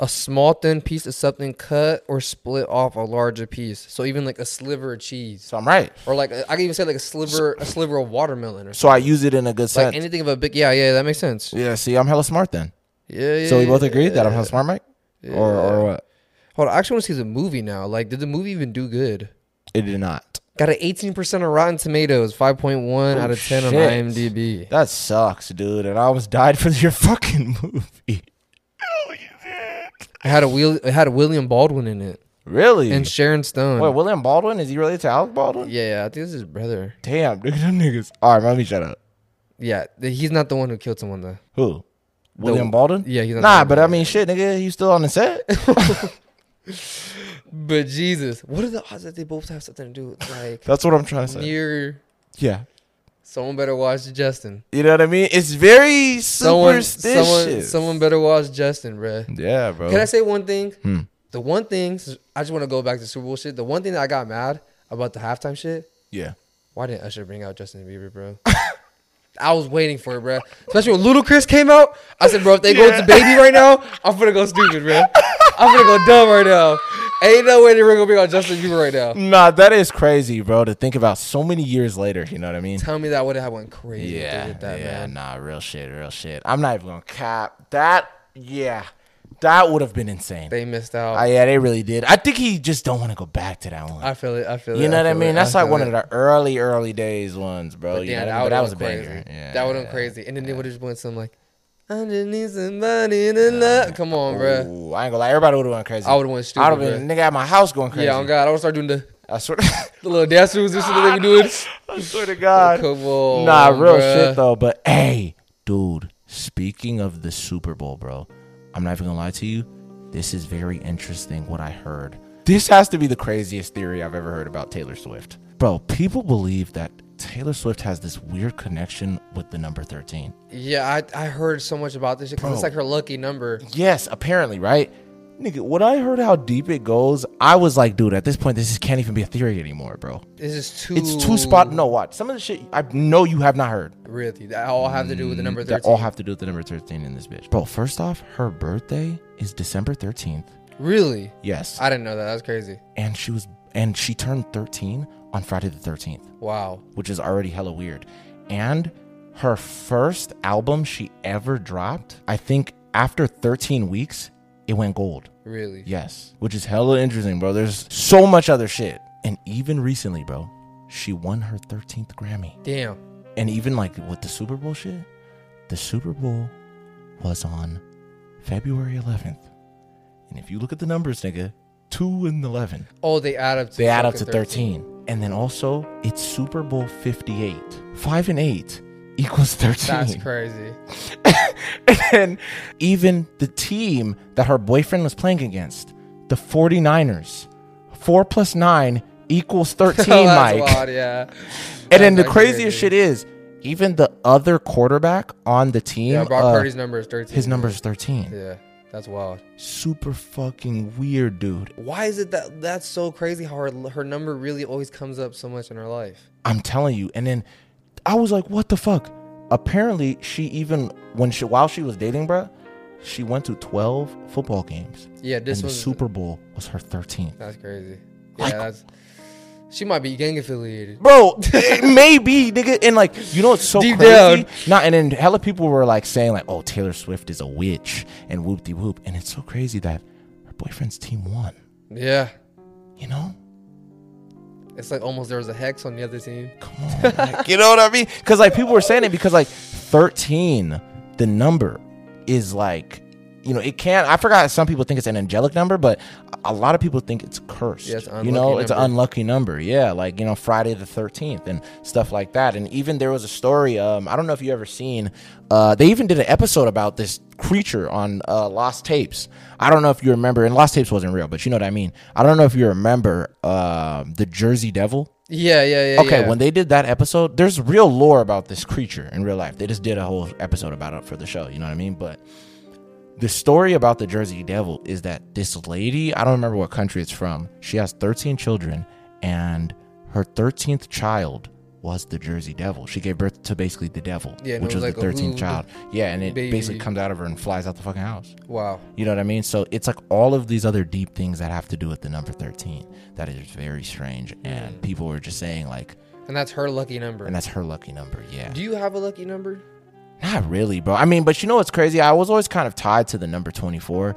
a small thin piece of something cut or split off a larger piece. So even like a sliver of cheese, So I'm right. or like I can even say like a sliver, a sliver of watermelon, or something. So I use it in a good like sense. anything of a big. Yeah, yeah, that makes sense. yeah. See, I'm hella smart then. Yeah, yeah. So we both yeah. agreed that I'm hella smart, Mike. Or or what? Hold on, I actually want to see the movie now. Like, did the movie even do good? It did not. Got an 18% on Rotten Tomatoes, 5.1 out of 10 on Oh, shit. IMDb. That sucks, dude. And I almost died for your fucking movie. It had a wheel, it had a William Baldwin in it Really? and Sharon Stone. Wait, William Baldwin? Is he related to Alec Baldwin? yeah, I think it's his brother. Damn, dude, them niggas. All right, let me shut up. Yeah, th- he's not the one who killed someone though. Who? William Baldwin? yeah, he's not Nah, the- but I mean, shit, nigga, you still on the set? But Jesus, what are the odds that they both have something to do with like That's what I'm trying to say. near? yeah. Someone better watch Justin. You know what I mean? It's very Someone, superstitious. someone, someone better watch Justin, bruh. Yeah, bro. Can I say one thing? Hmm. The one thing s- I just want to go back to Super Bowl shit. The one thing that I got mad about the halftime shit. yeah. Why didn't Usher bring out Justin Bieber, bro? I was waiting for it, bro. Especially when Ludacris came out. I said, bro, if they go Yeah. to baby right now, I'm gonna go stupid, bro. I'm gonna go dumb right now. Ain't no way they're gonna bring out Justin Bieber right now. Nah, that is crazy, bro, to think about so many years later. You know what I mean? Tell me that would have went crazy. if they Yeah, did that, yeah, man. nah, real shit, real shit. I'm not even gonna cap that. Yeah, that would have been insane. They missed out. Ah, I, yeah, they really did. I think he just don't want to go back to that one. feel it. I feel it. you know what I mean? That's like one the. of the early, early days ones, bro. you Yeah, know what I that mean? But would that was have a been banger. crazy. Yeah. That would have been crazy. And then they would have just went some like, I just need somebody to love. Come on, bro. Ooh, I ain't gonna lie. Everybody would have went crazy. I would've went I would have stupid, been nigga at my house going crazy. Yeah, on God, I would start doing the, I swear. the little dance moves and shit that they be doing. I swear to God. Come on, Nah, real bruh. shit though. But hey, dude, speaking of the Super Bowl, bro, I'm not even gonna lie to you. This is very interesting what I heard. This has to be the craziest theory I've ever heard about Taylor Swift. Bro, people believe that Taylor Swift has this weird connection with the number 13. Yeah, I, I heard so much about this because Bro. it's like her lucky number. Yes, apparently, right? Nigga, when I heard how deep it goes, I was like, dude, at this point, this is, can't even be a theory anymore, bro. This is too. It's two spot. No, watch. Some of the shit I know you have not heard. Really, that all have to do with the number Mm, that thirteen. all have to do with the number 13 in this bitch. Bro, first off, her birthday is December 13th. really, Yes. I didn't know that. That was crazy. and she was and she turned 13 on Friday the 13th, Wow. which is already hella weird. And her first album she ever dropped, I think after 13 weeks, it went gold. Really. Yes, which is hella interesting, bro. There's so much other shit. And even recently, bro, she won her 13th Grammy. Damn. And even like with the Super Bowl shit, the Super Bowl was on February 11th. And if you look at the numbers, nigga, 2 and 11, Oh, they add up. to they add up to fucking 13. And then also, it's Super Bowl 58. 5 and 8 equals 13. That's crazy. and even the team that her boyfriend was playing against, the 49ers, 4 plus 9 equals 13, Oh, that's Mike. wild, yeah. And then the That's actually craziest shit is, even the other quarterback on the team, Yeah, Brock uh, Purdy's number is thirteen. his number is 13. Yeah, that's wild. Super fucking weird, dude. Why is it that that's so crazy? How her her number really always comes up so much in her life. I'm telling you. And then I was like, what the fuck? Apparently, she even when she while she was dating, bruh, she went to 12 football games. Yeah, this and the one's Super Bowl was her 13th. That's crazy. Yeah, Like- that's. She might be gang affiliated. Bro, maybe, nigga. And like, you know what's so Deep crazy? down. Nah, and then hella people were like saying, like, oh, Taylor Swift is a witch and whoop de whoop. And it's so crazy that her boyfriend's team won. Yeah, You know? it's like almost there was a hex on the other team. Come on. like, you know what I mean? Because like people were saying it because like 13, the number is like, you know, it can't. I forgot some people think it's an angelic number, but a lot of people think it's cursed. Yeah, it's an you know, unlucky it's an number. unlucky number. Yeah, like, you know, Friday the 13th and stuff like that. And even there was a story, um, I don't know if you ever seen, uh, they even did an episode about this creature on uh, Lost Tapes. I don't know if you remember, and Lost Tapes wasn't real, but you know what I mean. I don't know if you remember um the Jersey Devil. Yeah, yeah, yeah. Okay, yeah. when they did that episode, there's real lore about this creature in real life. They just did a whole episode about it for the show, you know what I mean? But the story about the Jersey Devil is that this lady, I don't remember what country it's from, she has 13 children, and her 13th child was the Jersey Devil. She gave birth to basically the devil, Yeah, and it which was was the like a 13th hood child. Yeah, and it baby. basically comes out of her and flies out the fucking house. wow, You know what I mean? So it's like all of these other deep things that have to do with the number 13 that is very strange. And people were just saying, like, and that's her lucky number. and that's her lucky number. Yeah. Do you have a lucky number? Not really, bro. I mean, but you know what's crazy? I was always kind of tied to the number 24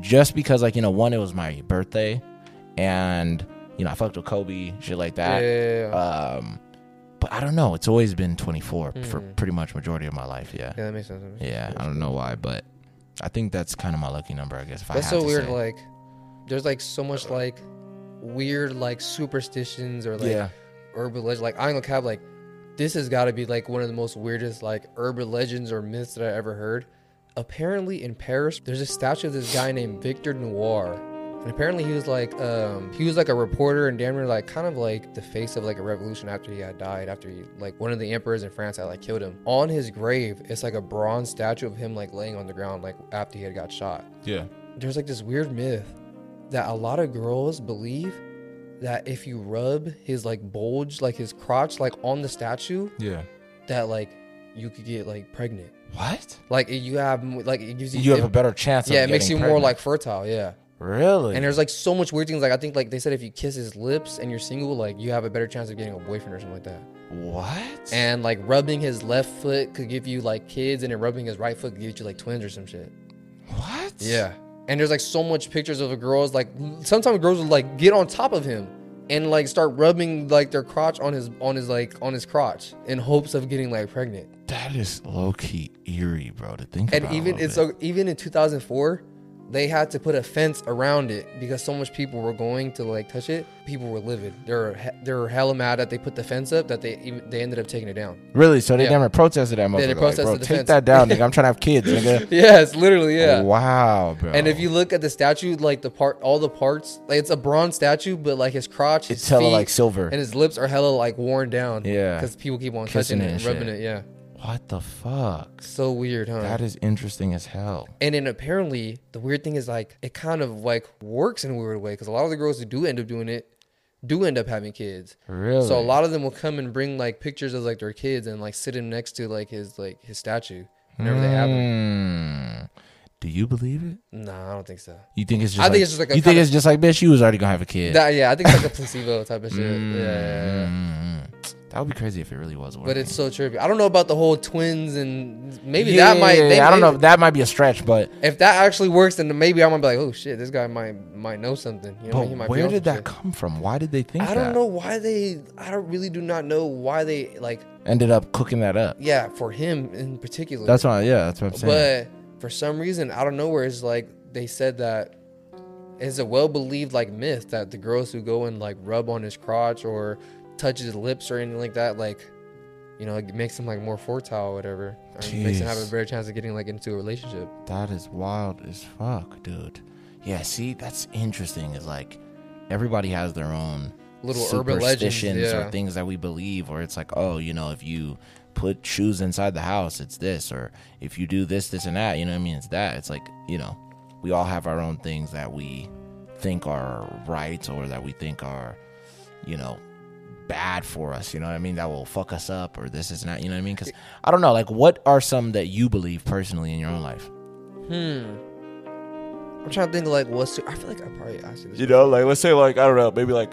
just because, like, you know, one, it was my birthday and, you know, I fucked with Kobe, shit like Yeah, that. yeah, yeah. Um, but I don't know. It's always been 24 for Mm. pretty much majority of my life. Yeah. Yeah, that makes sense. that makes Yeah. sense. I don't know why, but I think that's kind of my lucky number, I guess. If That's I so had to weird. say. Like, there's like so much like weird like superstitions or like yeah. urban legend. Like I'm gonna have like this has got to be like one of the most weirdest like urban legends or myths that I ever heard. Apparently in Paris, there's a statue of this guy named Victor Noir. And apparently he was like um he was like a reporter and damn near like kind of like the face of like a revolution after he had died after he like one of the emperors in France had like killed him. On his grave, it's like a bronze statue of him like laying on the ground like after he had got shot Yeah. there's like this weird myth that a lot of girls believe that if you rub his like bulge, like his crotch, like on the statue, Yeah. that like you could get like pregnant. What? Like you have like it gives you. You have it- a better chance. Of yeah, it makes you getting more pregnant. like fertile. Yeah, really. and there's like so much weird things. Like I think like they said if you kiss his lips and you're single, like you have a better chance of getting a boyfriend or something like that. what? And like rubbing his left foot could give you like kids, and then rubbing his right foot could give you like twins or some shit. what? Yeah. And there's like so much pictures of the girls like sometimes girls would like get on top of him and like start rubbing like their crotch on his on his like on his crotch in hopes of getting like pregnant. That is low key eerie, bro. To think And about. a even little it's bit. so even in 2004 they had to put a fence around it because so much people were going to like touch it. People were livid. They were he- they were hella mad that they put the fence up that they even, they ended up taking it down. really. So they yeah. never protested that. they motherfucker. protested like, the bro, fence. take that down, nigga. I'm trying to have kids, nigga. Yes, literally, Oh, yeah. Wow, bro. And if you look at the statue, like the part, all the parts, like it's a bronze statue, but like his crotch, his It's hella, feet, like, silver. and his lips are hella like worn down. Yeah. because people keep on Kissing touching it it and and rubbing shit. it. Yeah, what the fuck? so weird, huh? That is interesting as hell. and then apparently the weird thing is like it kind of like works in a weird way because a lot of the girls who do end up doing it do end up having kids. Really. So a lot of them will come and bring like pictures of like their kids and like sit him next to like his like his statue whenever they have him. Mm. Do you believe it? Nah, I don't think so. You think it's just? I like, think it's just like a you think kinda- it's just like bitch. You was already gonna have a kid. That- yeah, I think it's like a placebo type of shit. Yeah, yeah, Mm-hmm. yeah. Mm. That would be crazy if it really was. But working. it's so trippy. I don't know about the whole twins and maybe that might. Yeah, They, I don't know. maybe- That might be a stretch, but If that actually works, then maybe I might be like, oh shit, this guy might might know something. You know, but he might be where on did some that shit. come from? Why did they think I don't that? know why they. I don't really do not know why they like. Ended up cooking that up. Yeah, for him in particular. That's why. Yeah, that's what I'm saying. but for some reason, out of nowhere, it's like they said that it's a well believed like myth that the girls who go and like rub on his crotch or touch his lips or anything like that, like you know, it makes him like more fertile or whatever. Or it makes him have a Jeez. better chance of getting like into a relationship. That is wild as fuck, dude. Yeah, see, that's interesting. Is like everybody has their own Little urban legends, superstitions yeah. or things that we believe, or it's like, oh, you know, if you put shoes inside the house, it's this, or if you do this, this, and that, you know what I mean? It's that. It's like, you know, we all have our own things that we think are right or that we think are, you know, bad for us, you know what I mean? That will fuck us up, or this is not, you know what I mean? Because I don't know, like, what are some that you believe personally in your own life? Hmm. I'm trying to think like what's. I feel like I probably asked you this. You know, like let's say like I don't know, maybe like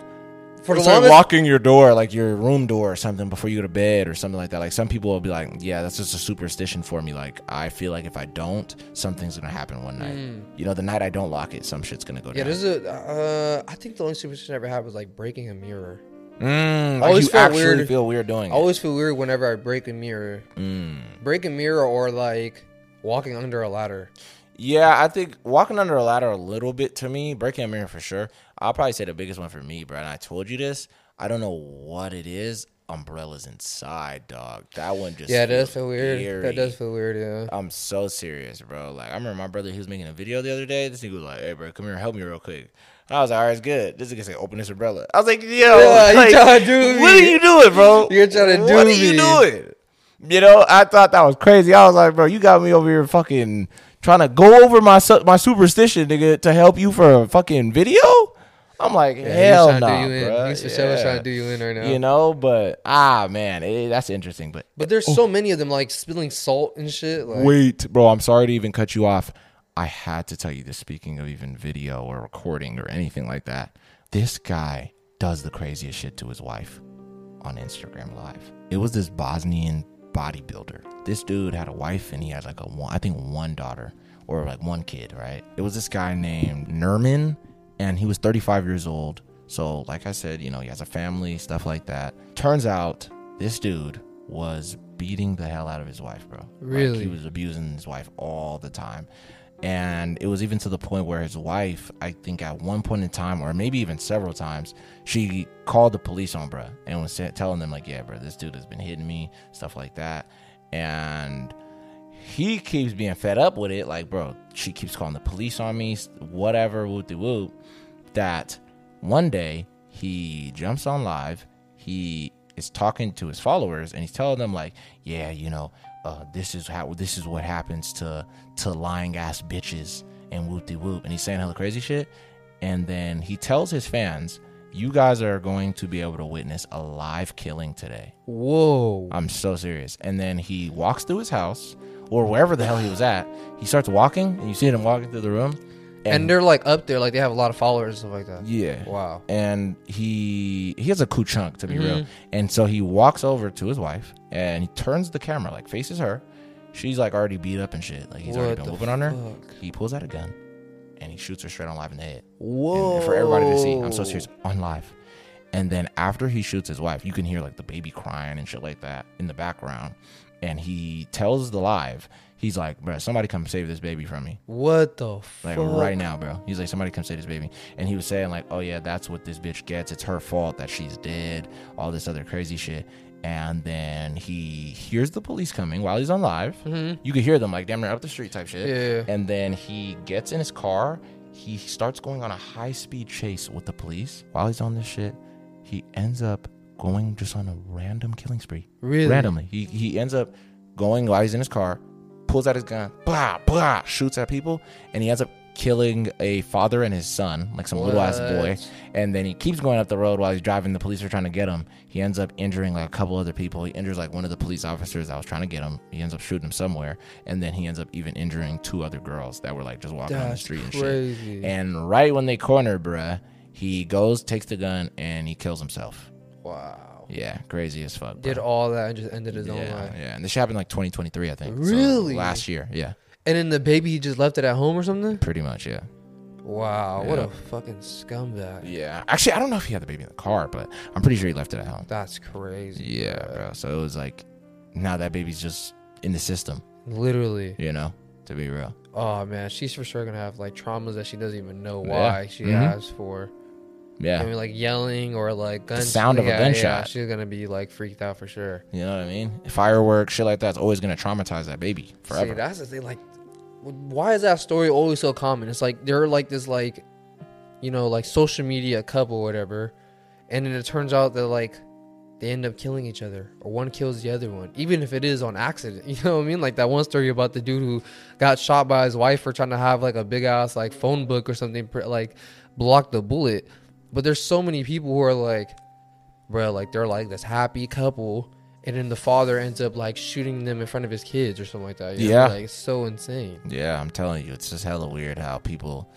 for the it's like longest. locking your door, like your room door or something before you go to bed or something like that. Like some people will be like, yeah, that's just a superstition for me. Like I feel like if I don't, something's gonna happen one night. You know, the night I don't lock it, some shit's gonna go Hmm. yeah, down. there's a. Uh, I think the only superstition I ever had was like breaking a mirror. Mm, like always you felt actually weird- feel weird doing I always feel weird whenever I break a mirror. it. Mm. Break a mirror or like walking under a ladder. Yeah, I think walking under a ladder a little bit to me, breaking a mirror for sure. I'll probably say the biggest one for me, bro. And I told you this. I don't know what it is. Umbrellas inside, dog. That one just Yeah, that does feels feel weird. eerie. Uh, That does feel weird. Yeah. I'm so serious, bro. Like I remember my brother, he was making a video the other day. This nigga was like, "Hey, bro, come here, help me real quick." And I was like, "All right, it's good." This nigga said, "Open this umbrella." I was like, "Yo, Yeah, you like, tryna do what are me. you doing, bro? You're tryna do What are you me. doing?" You know, I thought that was crazy. I was like, "Bro, you got me over here, fucking trying to go over my su- my superstition, nigga, to help you for a fucking video." I'm like, "Hell no, He's trying to do you in. bro." He's for sure Yeah. trying to do you in right now. You know, but ah, man, eh, that's interesting, but. But there's so many of them like spilling salt and shit. Like, Wait, bro, I'm sorry to even cut you off. I had to tell you this speaking of even video or recording or anything like that. This guy does the craziest shit to his wife on Instagram live. It was this Bosnian bodybuilder. This dude had a wife and he had like a one, I think one daughter or like one kid, right? It was this guy named Nerman and he was 35 years old. So, like I said, you know, he has a family, stuff like that. Turns out this dude was beating the hell out of his wife, bro. Like, Really? he was abusing his wife all the time. And it was even to the point where his wife, I think at one point in time, or maybe even several times, she called the police on bruh and was sa- telling them, like, yeah, bruh, this dude has been hitting me, stuff like that. And he keeps being fed up with it. Like, bro, she keeps calling the police on me, s- whatever, whoop de whoop. That one day he jumps on live. He is talking to his followers and he's telling them like, yeah, you know, uh, this is how this is what happens to to lying ass bitches and whoop de whoop. And he's saying hella crazy shit. And then he tells his fans, you guys are going to be able to witness a live killing today. Whoa. I'm so serious. And then he walks through his house or wherever the hell he was at. He starts walking, and you see him walking through the room. And, And, they're like up there, like they have a lot of followers and stuff like that. yeah, Wow. and he he has a cool chunk to be real. Mm-hmm. And so he walks over to his wife and he turns the camera like faces her. She's like already beat up and shit. Like he's What already been the whooping on her. fuck? He pulls out a gun and he shoots her straight on live in the head. Whoa. and for everybody to see. I'm so serious Oh. on live. And then after he shoots his wife, you can hear like the baby crying and shit like that in the background. And he tells the live, he's like, "Bro, somebody come save this baby from me." What the fuck? Like right now, bro. He's like, somebody come save this baby. And he was saying, like, oh yeah, that's what this bitch gets. It's her fault that she's dead, all this other crazy shit. And then he hears the police coming while he's on live. You could hear them like damn near up the street type shit. Mm-hmm. Yeah. And then he gets in his car. He starts going on a high speed chase with the police while he's on this shit. He ends up going just on a random killing spree. Really? Randomly. He, he ends up going while he's in his car, pulls out his gun, blah, blah, shoots at people, and he ends up killing a father and his son, like some little ass boy. What? And then he keeps going up the road while he's driving. The police are trying to get him. He ends up injuring like a couple other people. He injures like one of the police officers that was trying to get him. He ends up shooting him somewhere. And then he ends up even injuring two other girls that were like just walking on the That's street and shit. crazy. And right when they corner, bruh, he goes, takes the gun, and he kills himself. wow. Yeah, crazy as fuck. Did bruh. all that and just ended his own yeah, life. yeah, and this happened like 2023, I think. So, Really? last year, yeah, And then the baby he just left it at home or something? pretty much, yeah. Wow, what Yeah. a fucking scumbag. Yeah. Actually, I don't know if he had the baby in the car, but I'm pretty sure he left it at home. That's crazy. Yeah, bro. So it was like, now that baby's just in the system, Literally. you know, to be real. Oh man, she's for sure gonna have like traumas that she doesn't even know Yeah. why she Mhm. has for. I Yeah. mean, like yelling or like gun. sound of a yeah, Yeah, gunshot. she's gonna be like freaked out for sure. You know what I mean? Fireworks, shit like that's always going to traumatize that baby See, forever. that's the thing. Like, why is that story always so common? It's like they're like this, like, you know, like social media couple or whatever, and then it turns out that like they end up killing each other, or one kills the other one, even if it is on accident. You know what I mean? Like that one story about the dude who got shot by his wife for trying to have like a big ass like phone book or something, pr- like block the bullet. But there's so many people who are like bro like they're like this happy couple and then the father ends up like shooting them in front of his kids or something like that you know? Yeah. like it's so insane Yeah, I'm telling you, it's just hella weird how people.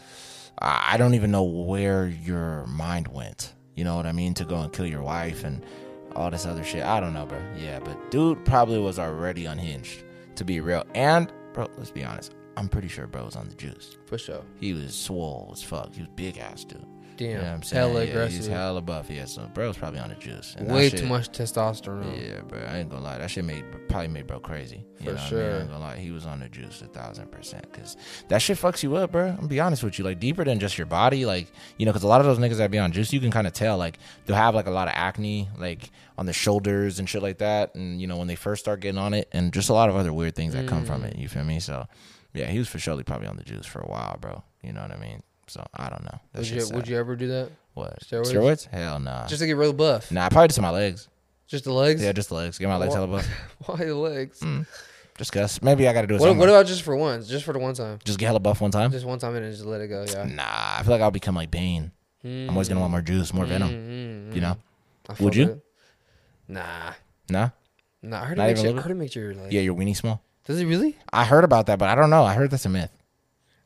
I I don't even know where your mind went. You know what I mean? To go and kill your wife and all this other shit. I don't know, bro. Yeah, but dude probably was already unhinged, to be real. And, bro, let's be honest. I'm pretty sure bro was on the juice. for sure He was swole as fuck. He was big ass, dude. damn You know what I'm saying? hella yeah, aggressive He's hella buff. Yeah, so bro's probably on the juice. And that way shit- too much testosterone Yeah, bro. I ain't gonna lie. That shit made probably made bro crazy. For You know what I mean? sure. I ain't gonna lie. He was on the juice a thousand percent because that shit fucks you up, bro. I'm gonna be honest with you. Like deeper than just your body, like you know, because a lot of those niggas that be on juice, you can kind of tell. Like they'll have like a lot of acne, like on the shoulders and shit like that. And you know when they first start getting on it, and just a lot of other weird things that come Mm. from it. You feel me? So yeah, he was for surely probably on the juice for a while, bro. You know what I mean? So I don't know. That Uh, would you shit's would sad. you ever do that what steroids? steroids? Hell nah. just to get real buff nah, probably just my legs. just the legs Yeah, Mm. just the legs. Get my legs Wha- hella buff. why the legs Discuss. Maybe I got to do it. what, what somewhere. about just for once just for the one time just get hella buff one time? just uh, one time and then just let it go yeah Mm-hmm. Nah, I feel like I'll become like Bane. I'm Mm. always gonna want more juice, more venom. You I know? Would fuck you? with it. nah Nah. nah I heard, Not it makes even your, a little I heard it makes your Mm. like Yeah, your weenie small. does it really I heard about that, but I don't know. I heard that's a myth.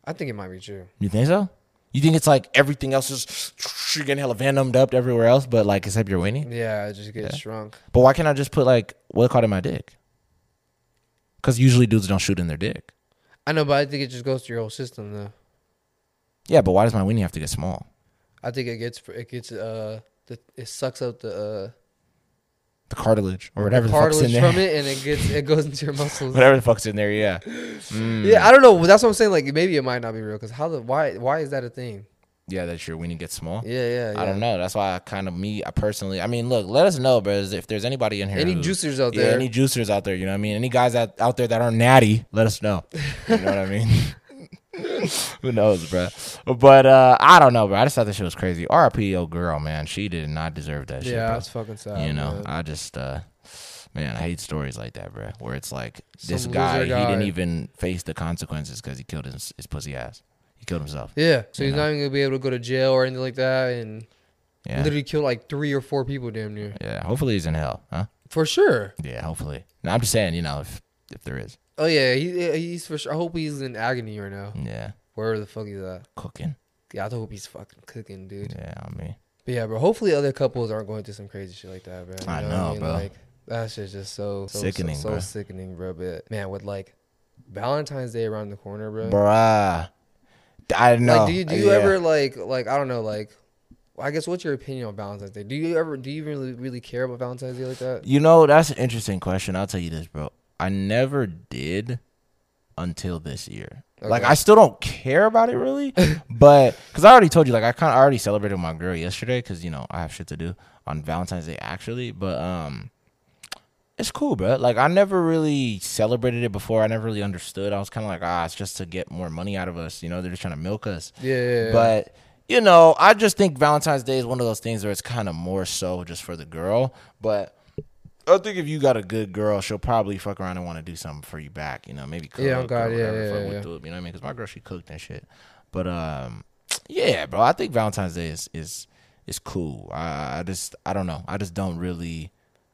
I think it might be true You think so? You think it's like everything else is you're getting hella venomed up everywhere else, but like except your weenie. yeah it just gets shrunk But why can't I just put like what caught in my dick? Because usually dudes don't shoot in their dick. I know, but I think it just goes to your whole system, though. Yeah, but why does my weenie have to get small? I think it gets it gets uh the, it sucks up the The cartilage or uh, whatever the, fuck's cartilage in there. from it, and it gets it goes into your muscles. Whatever the fuck's in there, yeah. Mm. Yeah, I don't know. That's what I'm saying. Like maybe it might not be real because how the why why is that a thing? yeah, that's your weenie gets small. Yeah, yeah. yeah. I don't know. That's why I kind of me I personally. I mean, look, let us know, bros, if there's anybody in here. Any who- juicers out yeah, there? any juicers out there. You know what I mean? Any guys out, out there that aren't natty, let us know. You know what I mean? Who knows, bro? But uh, I don't know, bro. I just thought that shit was crazy. RIP, old girl, man. She did not deserve that yeah, shit, that's fucking bro. sad. you know, Oh, man. I just, uh, man, I hate stories like that, bro. Where it's like this Some guy, loser he didn't guy. even face the consequences because he killed his, his pussy ass. He killed himself. Yeah, so You he's know. not even gonna be able to go to jail or anything like that, and Yeah. literally kill like three or four people damn near Yeah. Hopefully he's in hell, huh? for sure. Yeah, hopefully. No, I'm just saying, you know, if if there is. Oh yeah, he, he's for sure. I hope he's in agony right now. Yeah. Wherever the fuck he's at. Cooking. Yeah, I hope he's fucking cooking, dude. Yeah, I mean. But yeah, bro. Hopefully, other couples aren't going through some crazy shit like that, bro. I what know, bro. that shit's just so, so Sickening, sickening, so, so bro. sickening, bro. But man, with like Valentine's Day around the corner, bro. Bruh. I know. Like, do you do you Yeah. ever like like I don't know like. I guess what's your opinion on Valentine's Day? Do you ever do you really really care about Valentine's Day like that? You know, that's an interesting question. I'll tell you this, bro. I never did until this year. Like Okay. I still don't care about it really, but because I already told you, like I kind of already celebrated with my girl yesterday because you know I have shit to do on Valentine's Day actually. But um, it's cool, bro. Like I never really celebrated it before. I never really understood. I was kind of like, ah, it's just to get more money out of us. You know, they're just trying to milk us. Yeah, yeah, yeah. But you know, I just think Valentine's Day is one of those things where it's kind of more so just for the girl. But I think if you got a good girl, she'll probably fuck around and want to do something for you back. You know, maybe cook Yeah, oh or God, yeah, whatever. yeah, fuck yeah. With the, you know what I mean? Because my girl, she cooked and shit. But um, yeah, bro, I think Valentine's Day is is is cool. I, I just I don't know. I just don't really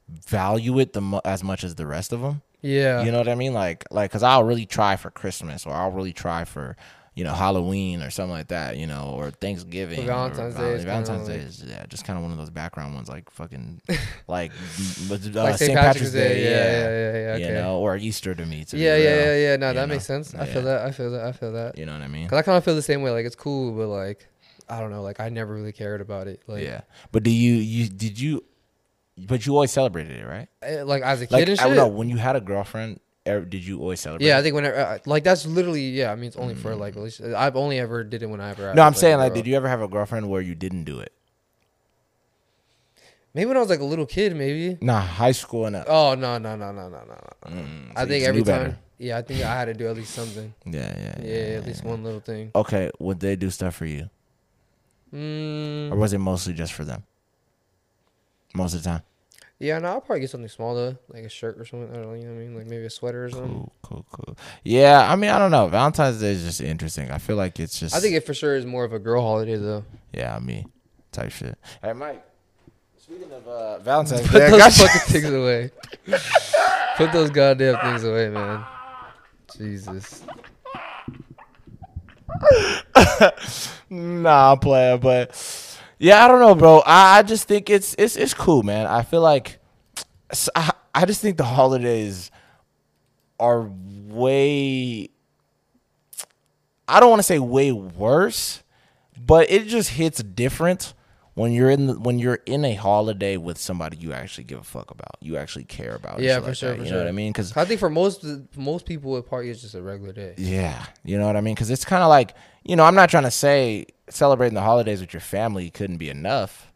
value it the mu- as much as the rest of them. yeah, You know what I mean? Like, like, cause I'll really try for Christmas, or I'll really try for, you know, Halloween or something like that, you know, or Thanksgiving, For or Valentine's Day, Val- it's kinda Valentine's Day like- is yeah, just kind of one of those background ones, like fucking, like, uh, like St. Patrick's, Day, yeah, yeah, yeah, yeah, you okay. know, or Easter to me, to be yeah, yeah, real, yeah, yeah. No, that you know? makes sense. I Yeah. feel that. I feel that. I feel that. You know what I mean? Cause I kind of feel the same way. Like it's cool, but like I don't know. Like I never really cared about it. Like yeah, but do you, you did you, but you always celebrated it, right? eh, like as a kid Like, and I shit. don't know, when you had a girlfriend, er, did you always celebrate? Yeah, I think whenever uh, like that's literally yeah. I mean, it's only for like relation- I've only ever did it when I ever. had, Mm. no, I'm saying like, girl. did you ever have a girlfriend where you didn't do it? Maybe when I was like a little kid, maybe. Nah, high school and up. Oh no no no no no no. no. Mm, so I think you just every knew better. time. Yeah, I think I had to do at least something. Yeah, yeah, Yeah, at least one little thing. Okay, would they do stuff for you, or Mm, was it mostly just for them? Most of the time. yeah, no, I'll probably get something small though, like a shirt or something. I don't know, you know what I mean? Like maybe a sweater or something. Cool, cool, cool. Yeah, I mean, I don't know. Valentine's Day is just interesting. I feel like it's just. I think it for sure is more of a girl holiday though. yeah, me type shit. Hey, Mike. Speaking of uh, Valentine's Put Day, I those got you. fucking things away. Put those goddamn things away, man. Jesus. Nah, I'm playing, but yeah, I don't know, bro. I, I just think it's it's it's cool, man. I feel like s- I, I just think the holidays are way. I don't want to say way worse, but it just hits different when you're in the, when you're in a holiday with somebody you actually give a fuck about, you actually care about. and Yeah, shit for like sure, that, for you know what sure. I mean? Because I think for most most people, a party is just a regular day. yeah, you know what I mean? Because it's kind of like you know, I'm not trying to say celebrating the holidays with your family couldn't be enough,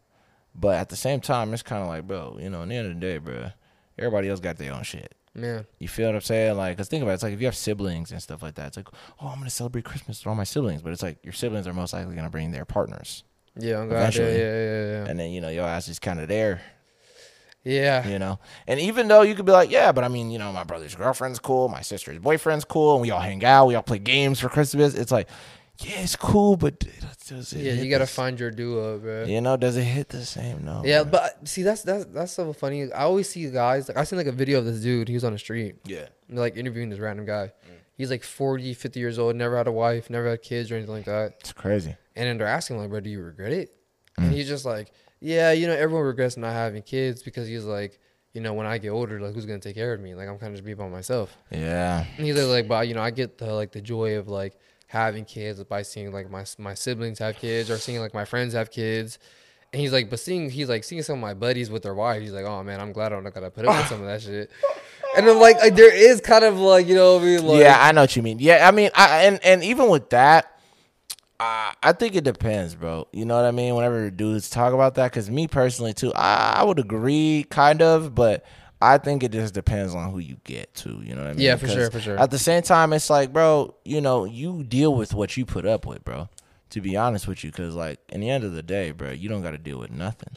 but at the same time, it's kind of like, bro, you know, at the end of the day, bro, everybody else got their own shit. Yeah. You feel what I'm saying? Like, cause think about it. It's like if you have siblings and stuff like that. It's like, oh, I'm gonna celebrate Christmas with all my siblings, but it's like your siblings are most likely gonna bring their partners, Yeah, I'm glad. Yeah, yeah, Eventually. yeah, yeah. and then you know your ass is kind of there, Yeah. you know. And even though you could be like, yeah, but I mean, you know, my brother's girlfriend's cool, my sister's boyfriend's cool, and we all hang out, we all play games for Christmas. It's like, yeah, it's cool, but d- does it? Yeah, hit you gotta the- find your duo, bro. Yeah, You know, does it hit the same? No. bro. but see, that's that's that's so funny. I always see guys like I seen like a video of this dude. He was on the street, yeah, and they're, like interviewing this random guy. He's like 40, 50 years old, never had a wife, never had kids or anything like that. it's crazy. And then they're asking like, "Bro, do you regret it?" And he's just like, "Yeah, you know, everyone regrets not having kids because he's like, you know, when I get older, like who's gonna take care of me? Like I'm kind of just be by myself. Yeah. And he's like, like, but you know, I get the like the joy of like having kids by seeing like my my siblings have kids or seeing like my friends have kids. And he's like, but seeing he's like seeing some of my buddies with their wives, he's like, oh man, I'm glad I'm not gonna put up with some of that shit. And I'm like, like, there is kind of like you know, what I mean? like, yeah, I know what you mean. Yeah, I mean, I and and even with that, I I think it depends, bro. You know what I mean? Whenever dudes talk about that, because me personally too, I, I would agree, kind of, but I think it just depends on who you get to. You know what I mean? Yeah, for 'Cause sure, for sure. At the same time, it's like, bro, you know, you deal with what you put up with, bro. To be honest with you, because like in the end of the day, bro, you don't got to deal with nothing.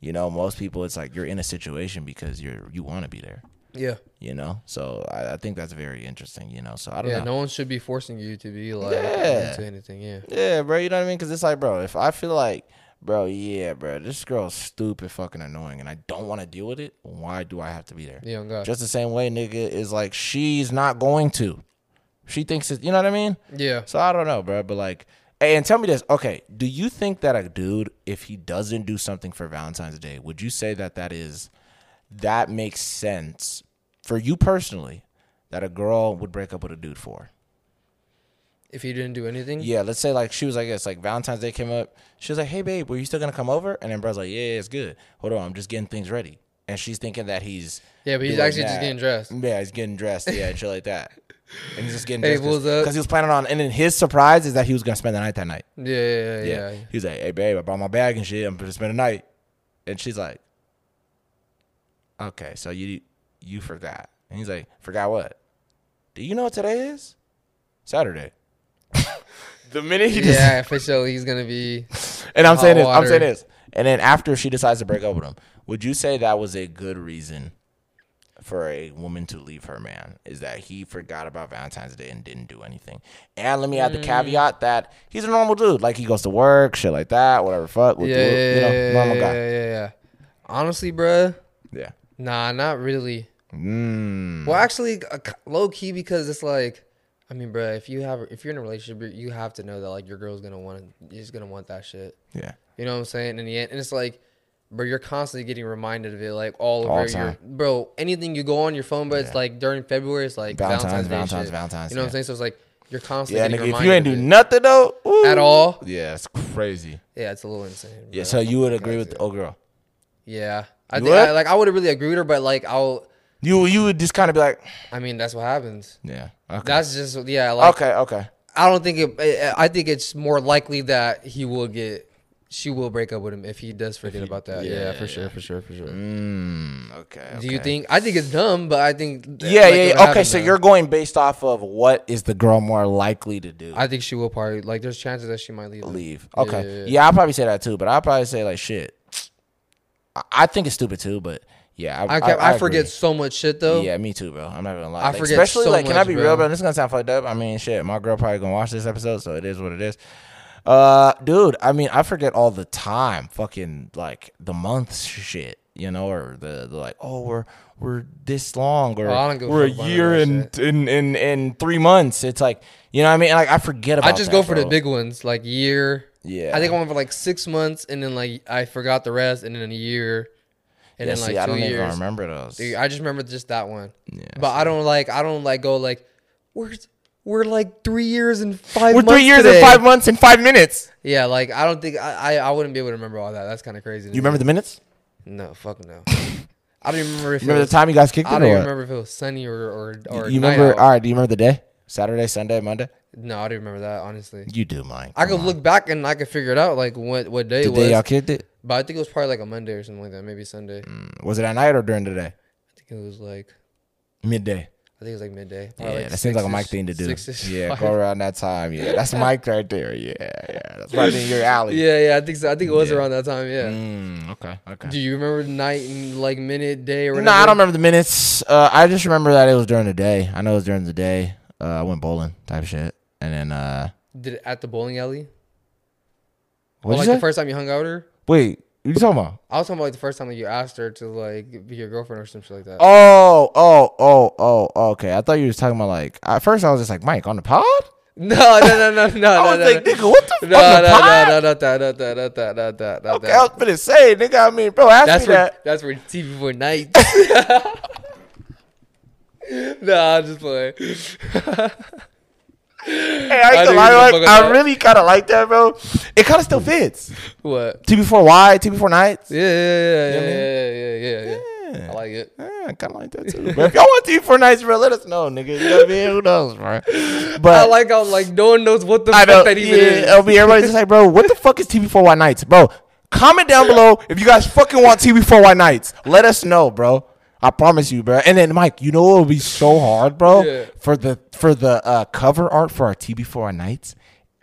You know, most people, it's like you're in a situation because you're you want to be there. yeah, You know, so I, I think that's very interesting. You know, so I don't yeah. know. No one should be forcing you to be like Yeah. into anything. Yeah, Yeah, bro. You know what I mean? Because it's like, bro, if I feel like, bro, yeah, bro, this girl's stupid, fucking annoying, and I don't want to deal with it, why do I have to be there? yeah, on God. Just the same way, nigga, is like, she's not going to. She thinks it, you know what I mean? yeah, So I don't know, bro. But like, hey, and tell me this. Okay, do you think that a dude, if he doesn't do something for Valentine's Day, would you say that that is, that makes sense for you personally, that a girl would break up with a dude for? if you didn't do anything, Yeah, let's say like she was like this, like Valentine's Day came up. She was like, "Hey babe, were you still gonna come over?" And then bro's like, "Yeah, it's good. Hold on, I'm just getting things ready." And she's thinking that he's Yeah, but he's doing actually just that. getting dressed. Yeah, he's getting dressed. Yeah, and shit like that. And he's just getting Hey, dressed what's up? because he was planning on. And then his surprise is that he was gonna spend the night that night. yeah, yeah, yeah. Yeah, yeah. he was like, "Hey babe, I brought my bag and shit. I'm gonna spend the night." And she's like, "Okay, so you you forgot." And he's like, "Forgot what? Do you know what today is? Saturday." the minute he just yeah, for sure. He's gonna be. And I'm Hot saying this. I'm water. saying this. And then after she decides to break up with him, would you say that was a good reason for a woman to leave her man? Is that he forgot about Valentine's Day and didn't do anything? And let me Mm. add the caveat that he's a normal dude. Like he goes to work, shit like that, whatever. Fuck, with Yeah, the- yeah, you know, yeah, normal yeah, guy. yeah, yeah, yeah. Honestly, bruh, Yeah. nah, not really. Mm. Well, actually, uh, k- low key because it's like, I mean, bruh, if you have, if you're in a relationship, you have to know that like your girl's gonna want, is gonna want that shit. Yeah. You know what I'm saying? In the end, and it's like, bro, you're constantly getting reminded of it, like all All over the your bro. Anything you go on your phone, but it's like during February, it's like Valentine's, Valentine's, Valentine's, Day Valentine's, Valentine's. You know what yeah. I'm saying? So it's like you're constantly. Yeah, getting nigga, if you reminded ain't of do it. nothing though, ooh. at all, Yeah, it's crazy. yeah, it's a little insane. Yeah, bro. so you would agree with the old girl. Yeah, I You think I, would? like I would have really agreed with her, but like I'll. You you would just kind of be like, I mean, that's what happens. yeah, okay, That's just yeah. Like okay, okay. I don't think it. I- I think it's more likely that he will get. She will break up with him if he does forget about that. Yeah, for sure, for sure, for sure. Mm, okay. Do you okay. think? I think it's dumb, but I think. th- Yeah, like, it yeah, would yeah. Okay, happen, so though. you're going based off of what is the girl more likely to do? I think she will probably like. There's chances that she might leave. him. leave. Yeah, Okay. yeah, Yeah, yeah. I'll probably say that too, but I'll probably say like shit. I, I think it's stupid too, but yeah, I, I, kept, I, I forget agree. so much shit though. Yeah, me too, bro. I'm not gonna lie. I Like, forget especially so like, can I much, be bro. real, bro? This is gonna sound fucked up. I mean, shit, my girl probably gonna watch this episode, so it is what it is. Uh, dude, I mean, I forget all the time, fucking like the month shit, you know, or the, the like, oh, we're we're this long, or Oh, I don't give a we're a fuck about year that and in in in three months. It's like, you know, what I mean, like I forget about. I just that, go for the bro. big ones, like year. Yeah. I think I went for like six months, and then like I forgot the rest, and then a year, and Yeah, then see, like I two don't even years. remember those. Dude, I just remember just that one. Yeah, but I don't like. I don't like go like. We're we're like three years and five. we're months three years today." and five months and five minutes. Yeah, like I don't think I, I I wouldn't be able to remember all that. That's kind of crazy. to You me. remember the minutes? No, fuck no. I don't even remember if it Remember was, the time you guys kicked it? I or don't even what? remember if it was sunny or or, or you night remember? out. All right. Do you remember the day? Saturday, Sunday, Monday. No, I don't remember that honestly. You do mine. I could look back and I could figure it out like what what day The it was. day y'all kicked it. but I think it was probably like a Monday or something like that, maybe Sunday. Was it at night or during the day? I think it was like Midday. I think it was like midday. Yeah, Probably, that seems like a Mike six-ish- thing to do. six-ish, Yeah, five. go around that time. Yeah, that's Mike right there. Yeah, yeah, that's right in your alley. yeah, yeah. I think so. I think it was Yeah. around that time. Yeah. Mm, okay. Okay. Do you remember the night and like minute day or No, whatever? I don't remember the minutes. Uh, I just remember that it was during the day. I know it was during the day. Uh, I went bowling type shit, and then uh, Did it at the bowling alley? Or, what like you the say? first time you hung out with her? Wait, what you talking about? I was talking about like the first time that you asked her to like be your girlfriend or something like that. Oh, oh, oh, oh, okay. I thought you was talking about like. At first, I was just like Mike on the pod. No, no, no, no, no. no, I was no, like, no. nigga, what the No, fuck? a no, pie? no, no, not that, not that, not that, not that, not Okay, I was that. gonna say, nigga. I mean, bro, ask That's me where that. that's where TV for night. nah, I'm just playing. Hey, I, ain't I gonna knew lie, you was gonna fuck like, I with that. really kind of like that, bro. It kind of still fits. what? TB4 Y, TB4 Nights. Yeah, yeah, yeah, what I mean? yeah, yeah, yeah, yeah, yeah. Yeah. I like it. Yeah, I kind of like that too. But if y'all want TB4 Nights, bro, let us know, nigga. You know what I mean? Who knows, bro? But I like how like no one knows what the I fuck know. that even yeah, is. it'll be everybody's just like, bro, what the fuck is TB4 White Nights, bro? Comment down below if you guys fucking want TB4 White Nights. Let us know, bro. I promise you, bro. And then Mike, you know what would be so hard, bro, Yeah. for the for the uh, cover art for our TB4 White Nights.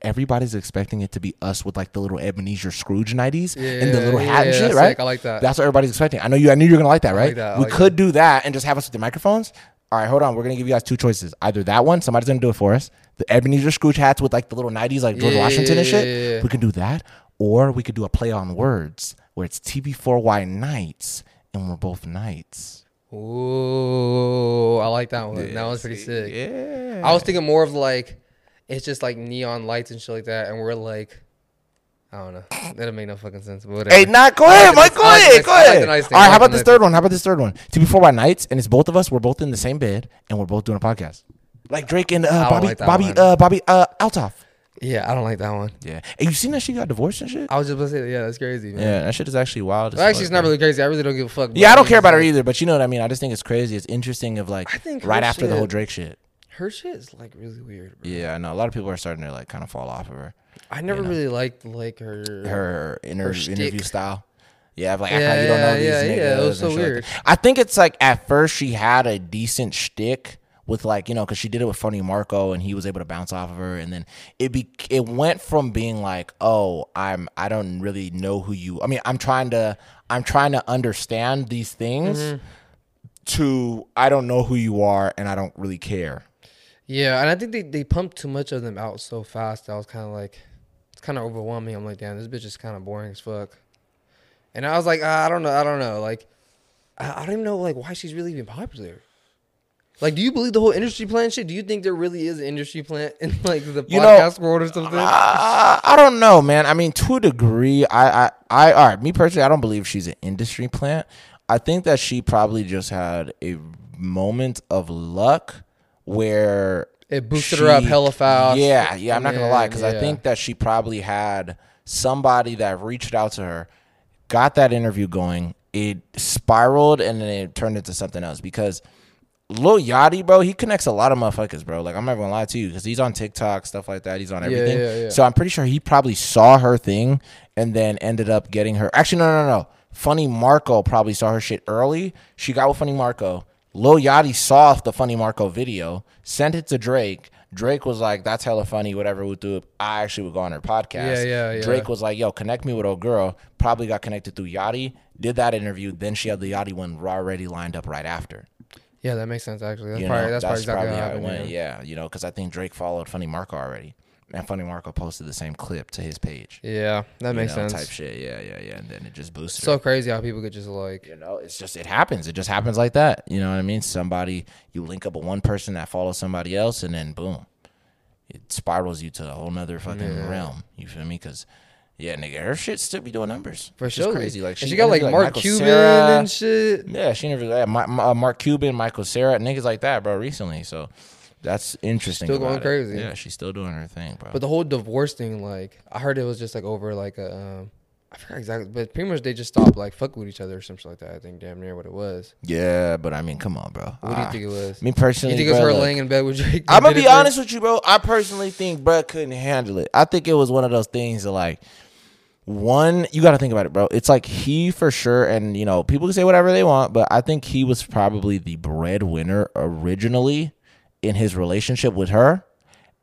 Everybody's expecting it to be us with like the little Ebenezer Scrooge nighties and the Yeah, little hat yeah, and shit, that's right? sick. I like that. That's what everybody's expecting. I know you. I knew you were gonna like that, right? that, I we like could do that and just have us with the microphones. All right, hold on. We're gonna give you guys two choices. Either that one, somebody's gonna do it for us. The Ebenezer Scrooge hats with like the little nineties, like George Yeah, Washington and yeah, shit. yeah, yeah. We can do that, or we could do a play on words where it's TB4Y nights and we're both knights. Ooh, I like that one. that one's pretty sick. Yeah. I was thinking more of like it's just like neon lights and shit like that, and we're like, I don't know. That don't make no fucking sense. But whatever. Hey, not go I like ahead, the Mike. nice- Go I like the ahead, nice- go I like the ahead. All nice right, thing. I how like about the this nice third one? How about this third one? TB4 by nights, and it's both of us. We're both in the same bed, and we're both doing a podcast, like Drake and uh, don't Bobby, like that Bobby, one. uh, Bobby, uh, Altoff. Yeah, I don't like that one. Yeah. Hey, you seen that she got divorced and shit? I was just gonna say, that. yeah, that's crazy. Man. Yeah, that shit is actually wild. as Well, actually, fuck, it's not bro. really crazy. I really don't give a fuck. Yeah, but I don't mean, care it's about her like- either, but you know what I mean. I just think it's crazy. It's interesting of like I think right her after the shit- whole Drake shit. Her shit is like really weird. Bro. e- Yeah, I know. A lot of people are starting to like kind of fall off of her I never really liked like her. her, inter- Her shtick. interview style. Yeah, of, like Yeah, how you don't know yeah, these yeah, niggas. yeah, it was and so shit like weird. that. I think it's like at first she had a decent shtick with like you know because she did it with Funny Marco and he was able to bounce off of her and then it be it went from being like oh I'm I don't really know who you I mean I'm trying to I'm trying to understand these things Mm-hmm. to I don't know who you are and I don't really care. Yeah, and I think they, they pumped too much of them out so fast. That I was kind of like, it's kind of overwhelming. I'm like, damn, this bitch is kind of boring as fuck. And I was like, ah, I don't know, I don't know. Like, I, I don't even know like why she's really even popular. Like, do you believe the whole industry plan shit? Do you think there really is an industry plan in like the You know, podcast world or something? Uh, I don't know, man. I mean, to a degree, I, I, I, all right, me personally, I don't believe she's an industry plant. I think that she probably just had a moment of luck where It boosted her up hella fast. Yeah, yeah, I'm not gonna lie, because I Yeah. think that she probably had somebody that reached out to her, got that interview going. It spiraled and then it turned into something else because Lil Yachty, bro, he connects a lot of motherfuckers, bro. Like I'm not gonna lie to you, because he's on TikTok, stuff like that. He's on everything. yeah, yeah. So I'm pretty sure he probably saw her thing and then ended up getting her. Actually, no, no, no. Funny Marco probably saw her shit early. She got with Funny Marco. Lil Yachty saw the Funny Marco video, sent it to Drake. Drake was like, "That's hella funny, whatever we do." I actually would go on her Yeah, podcast. yeah, yeah. Drake was like, "Yo, connect me with old girl." Probably got connected through Yachty. Did that interview, then she had the Yachty one already lined up right after. yeah, that makes sense actually. That's You probably know, that's, probably exactly how it it went. happened. Yeah. Yeah, you know, because I think Drake followed Funny Marco already, and Funny Marco posted the same clip to his page. Yeah, that you makes know, sense. Type shit. Yeah, yeah, yeah. And then it just boosted. So her. crazy how people could just like You know, it's just it happens. It just happens like that. You know what I mean? Somebody you link up with one person that follows somebody else, and then boom, it spirals you to a whole nother fucking realm. You feel me? Because yeah, nigga, her shit still be doing numbers. for It's sure. crazy. Like And she, got like interviewed, Mark Michael Cuban Cera. and shit. Yeah, she interviewed that. My, my, uh, Mark Cuban, Michael Sarah, niggas like that, bro, recently. So that's interesting. Still going about it. crazy. Yeah, she's still doing her thing, bro. But the whole divorce thing, like, I heard it was just like over like a, um, I forgot exactly, but pretty much they just stopped like fucking with each other or something like that. I think damn near what it was. yeah, but I mean, come on, bro. What do you Ah. think it was? Me personally, you think it was bro, her look, laying in bed with Drake? that I'm gonna did it be for her? honest with you, bro. I personally think bro couldn't handle it. I think it was one of those things that like one, you got to think about it, bro. It's like he for sure, and you know, people can say whatever they want, but I think he was probably the breadwinner originally in his relationship with her,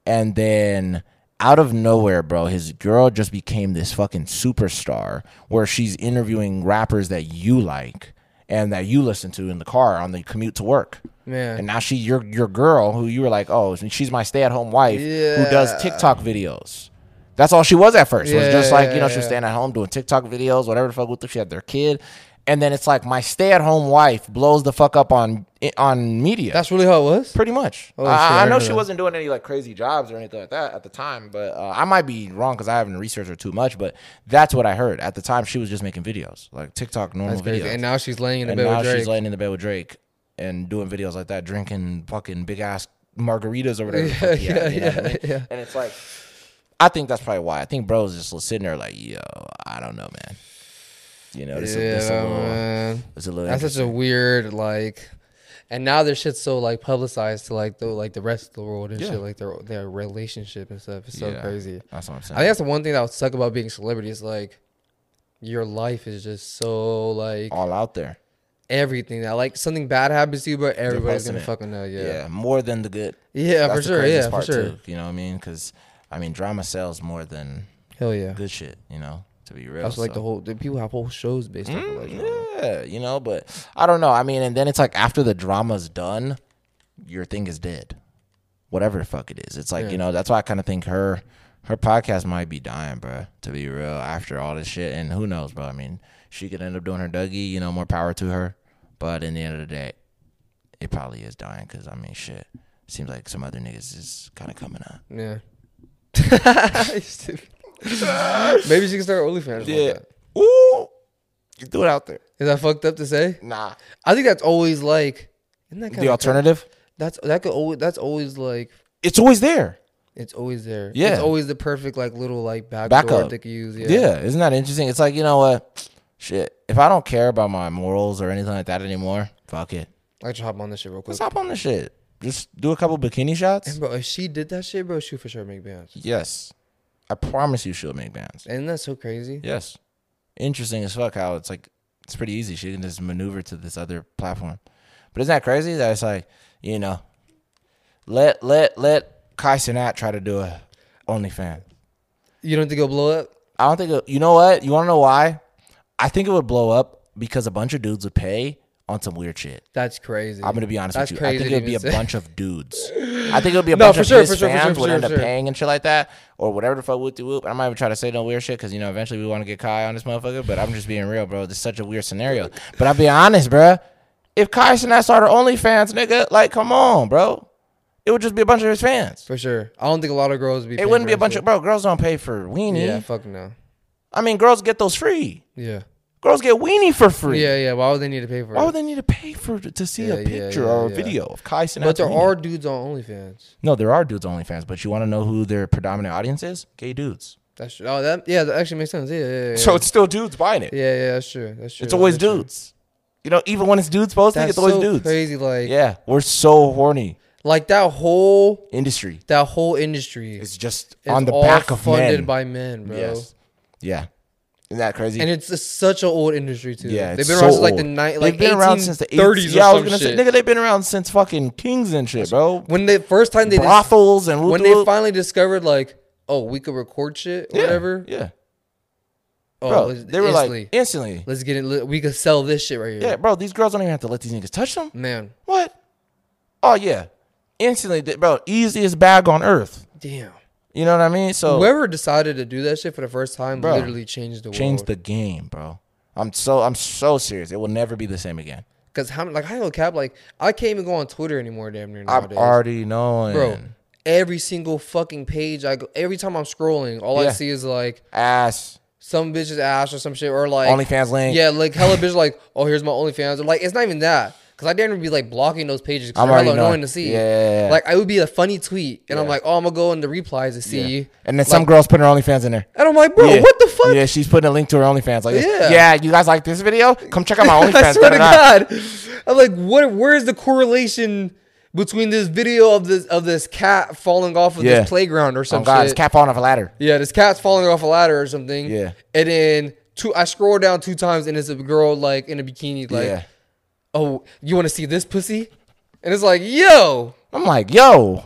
and then out of nowhere, bro, his girl just became this fucking superstar where she's interviewing rappers that you like and that you listen to in the car on the commute to work. Man. And now she your your girl who you were like, oh, she's my stay at home wife who does Yeah. TikTok videos. That's all she was at first. was Yeah, just like, yeah, you know, yeah, she was yeah. staying at home doing TikTok videos, whatever the fuck with them. She had their kid. and then it's like my stay-at-home wife blows the fuck up on on media. That's really how it was. Pretty much. Oh, I- shit, I, I know heard she that. wasn't doing any like crazy jobs or anything like that at the time, but uh, I might be wrong because I haven't researched her too much. But that's what I heard at the time. She was just making videos, like TikTok normal That's crazy. videos, And and, now she's laying in the bed now with Drake. she's laying in the bed with Drake and doing videos like that, drinking fucking big ass margaritas or whatever. the fuck he had, you know what I mean? yeah. And it's like, I think that's probably why. I think bro's just sitting there like, yo, I don't know, man. You know, this, yeah, is a, this a little, man. this a little. That's such a weird like. And now their shit's so like publicized to like the like the rest of the world and Yeah. shit like their their relationship and stuff. It's so Yeah. crazy. That's what I'm saying. I think that's the one thing that would suck about being a celebrity is like your life is just so like all out there. everything that like something bad happens to you, but everybody's posting gonna it. fucking know. Yeah. Yeah, more than the good. yeah, That's for the sure. craziest Yeah, for part, sure. too, you know what I mean? Because I mean, drama sells more than Hell yeah. good shit. You know, to be real. That's like so- the whole the people have whole shows based off of like drama. Yeah, you know, but I don't know. I mean, and then it's like after the drama's done, your thing is dead. Whatever the fuck it is. It's like, you know, that's why I kind of think her her podcast might be dying, bro, to be real, after all this shit. And who knows, bro? I mean, she could end up doing her Dougie, you know, more power to her. But in the end of the day, it probably is dying because, I mean, shit. Seems like some other niggas is kind of coming up. Yeah. You stupid. Maybe she can start OnlyFans. Yeah. Ooh. You threw it out there. Is that fucked up to say? Nah. I think that's always like isn't that kind The alternative? That's that could always that's always like It's always there. it's always there. Yeah. It's always the perfect like little like back door Backup. they could use. Yeah. isn't that interesting? It's like you know what, shit. If I don't care about my morals or anything like that anymore, fuck it. I should hop on this shit real quick. Let's hop on the shit. Just do a couple bikini shots. Bro, if she did that shit, bro, she would for sure make bands. Yes, I promise you she'll make bands. Isn't that so crazy? Yes, interesting as fuck. How it's like it's pretty easy. She can just maneuver to this other platform. But isn't that crazy? That it's like you know, let let let Kai Sinat try to do a OnlyFans. You don't think it'll blow up? I don't think it, you know what. You want to know why? I think it would blow up because a bunch of dudes would pay on some weird shit. That's crazy. I'm gonna be honest That's with you. I crazy think to it'd be a even say. bunch of dudes. I think it'll be a No, bunch for of sure, his for sure, for fans sure, for would sure, end up for sure. paying and shit like that, or whatever the fuck whoop de whoop. And I'm not even trying to say no weird shit because you know eventually we want to get Kai on this motherfucker. But I'm just being real, bro. This is such a weird scenario. But I'll be honest, bro. If Kai Sinat started OnlyFans, nigga, like come on, bro. It would just be a bunch of his fans. For sure. I don't think a lot of girls would be. It wouldn't be a bunch of bro. Girls don't pay for weenie. Yeah, fuck no. I mean, girls get those free. Yeah. Girls get weenie for free. Yeah, yeah. Why would they need to pay for Why would it? they need to pay for to see Yeah, a yeah, picture yeah, or a yeah. video of Kai Sinat? But there are dudes on OnlyFans. No, there are dudes OnlyFans, but you want to know who their predominant audience is? Gay dudes. That's true. Oh, that yeah, that actually makes sense. Yeah, yeah, yeah. So it's still dudes buying it. yeah, yeah. That's true. That's true. it's always That's true. dudes. You know, even when it's dudes posting, That's it's always so dudes. crazy. Like, Yeah, we're so horny. like that whole Industry that whole industry is It's just is on the all back of funded men. by men, bro. yes. Yeah. Isn't that crazy? And it's just such an old industry too. yeah, they've it's been so around since like the old. night, They've like been around since the 30s. 80s. Yeah, I was or gonna some say, shit. nigga, they've been around since fucking kings and shit, bro. when the first time they dis- Brothels and when whoop-de-whoop. they finally discovered like, oh, we could record shit, or Yeah, whatever. Yeah, Oh, bro, let's- they were instantly, like instantly. let's get it. li- We could sell this shit right here. Yeah, bro, these girls don't even have to let these niggas touch them. man. What? Oh yeah, instantly, di- bro. Easiest bag on earth. Damn. You know what I mean? So Whoever decided to do that shit for the first time Oh. Bro. literally changed the change world. the game, bro. I'm so I'm so serious. It will never be the same again. Because how like I don't cap like I can't even go on Twitter anymore. Damn near I'm nowadays, already knowing, bro. Every single fucking page I go, every time I'm scrolling, all Yeah. I see is like Ass some bitch's ass or some shit or like OnlyFans link. Yeah, like hella bitch like oh here's my OnlyFans or like it's not even that because I didn't be like blocking those pages. I'm because they're already hella annoying knowing. to see. Yeah, yeah, yeah. like I would be a funny tweet and I'm Yeah. like oh I'm gonna go in the replies to see, Yeah. And then some girls putting her OnlyFans in there. and I'm like bro Yeah. what the fuck? Yeah, she's putting a link to her OnlyFans. Like, yeah, Yeah. yeah you guys like this video? Come check out my OnlyFans. I swear to Da-da-da. God, I'm like, what? Where is the correlation between this video of this of this cat falling off of Yeah. this playground or Oh some God, shit? it's cap on off a ladder. yeah, this cat's falling off a ladder or something. Yeah. and then two, I scroll down two times and it's a girl like in a bikini, like, yeah, oh, you want to see this pussy? And it's like, yo, I'm like, yo,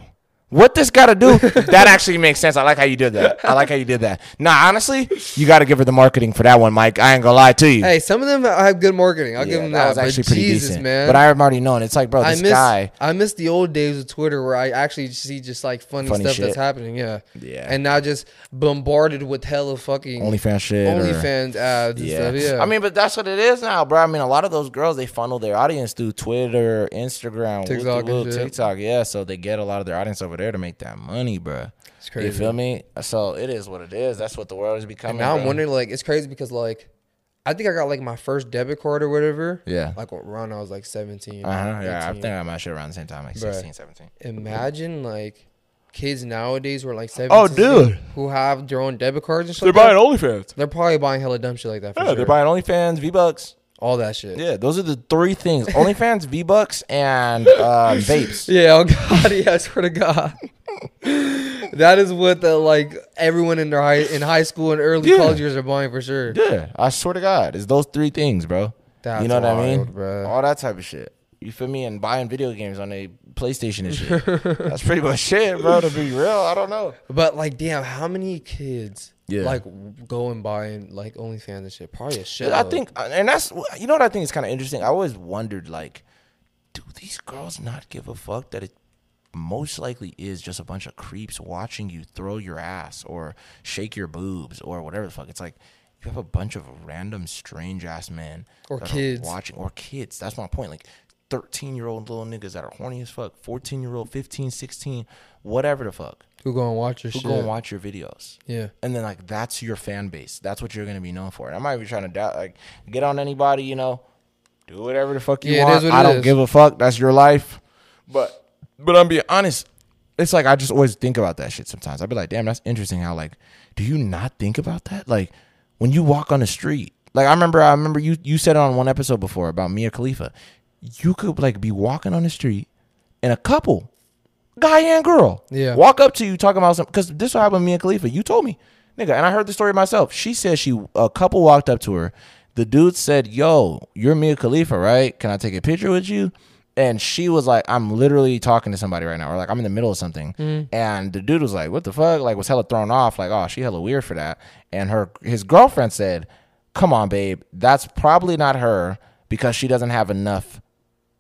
What this got to do? that actually makes sense. I like how you did that. I like how you did that. Nah, honestly, you got to give her the marketing for that one, Mike. I ain't gonna lie to you. Hey, some of them have good marketing. I'll Yeah, give them that. was actually but pretty Jesus, decent, man. But I'm already knowing. It's like, bro, I this miss guy. I miss the old days of Twitter where I actually see just like funny, Funny stuff shit. that's happening. Yeah. Yeah. And now just bombarded with hella fucking OnlyFans shit. or- OnlyFans ads and Yeah. stuff. Yeah. I mean, but that's what it is now, bro. I mean, a lot of those girls they funnel their audience through Twitter, Instagram, TikTok TikTok, and shit. TikTok. Yeah, so they get a lot of their audience over there to make that money, bro. it's crazy. You feel me? So it is what it is. That's what the world is becoming. now I'm bro. wondering, like, it's crazy because like I think I got like my first debit card or whatever. Yeah. Like around I was like 17. Uh huh. Yeah, I 18. think I'm actually around the same time, like Bruh. 16, 17. Imagine like kids nowadays who are like 17 Oh, dude. who have their own debit cards and shit. like that. OnlyFans. They're probably buying hella dumb shit like that. For Yeah, sure. they're buying OnlyFans, V Bucks. all that shit. Yeah, those are the three things: OnlyFans, V Bucks, and uh, vapes. Yeah, oh god, yeah, I swear to God. that is what the like everyone in their high in high school and early Yeah. college years are buying for sure. Yeah, I swear to God, it's those three things, bro. That's you know what I mean? wild, bruh. All that type of shit. You feel me? And buying video games on a PlayStation and shit. That's pretty much it, bro. To be real, I don't know. But like, damn, how many kids Yeah. like go and buy and like OnlyFans and shit? Probably a shit. I think, uh, and that's you know what I think is kind of interesting. I always wondered, like, do these girls not give a fuck that it most likely is just a bunch of creeps watching you throw your ass or shake your boobs or whatever the fuck? It's like you have a bunch of random strange ass men Or that are kids. watching or kids. That's my point. Like. 13 year old little niggas that are horny as fuck, 14 year old, 15, 16, whatever the fuck, who go and watch your who shit. go and watch your videos yeah, and then like that's your fan base. That's what you're gonna be known for. And I'm not even trying to doubt, like get on anybody, you know, do whatever the fuck you Yeah, it want. is what I it don't is. give a fuck. That's your life. But but I'm being honest. It's like I just always think about that shit sometimes. I'd be like, damn, that's interesting. How like, do you not think about that? Like when you walk on the street. Like I remember, I remember you you said it on one episode before about Mia Khalifa. You could like be walking on the street, and a couple, guy and girl, Yeah. walk up to you talking about something. Because this is what happened with Mia Khalifa. You told me, nigga, and I heard the story myself. She said she a couple walked up to her. The dude said, "Yo, you're Mia Khalifa, right? Can I take a picture with you?" And she was like, "I'm literally talking to somebody right now, or like I'm in the middle of something." Mm. And the dude was like, "What the fuck?" Like was hella thrown off. Like, oh, she hella weird for that. And her his girlfriend said, "Come on, babe, that's probably not her because she doesn't have enough,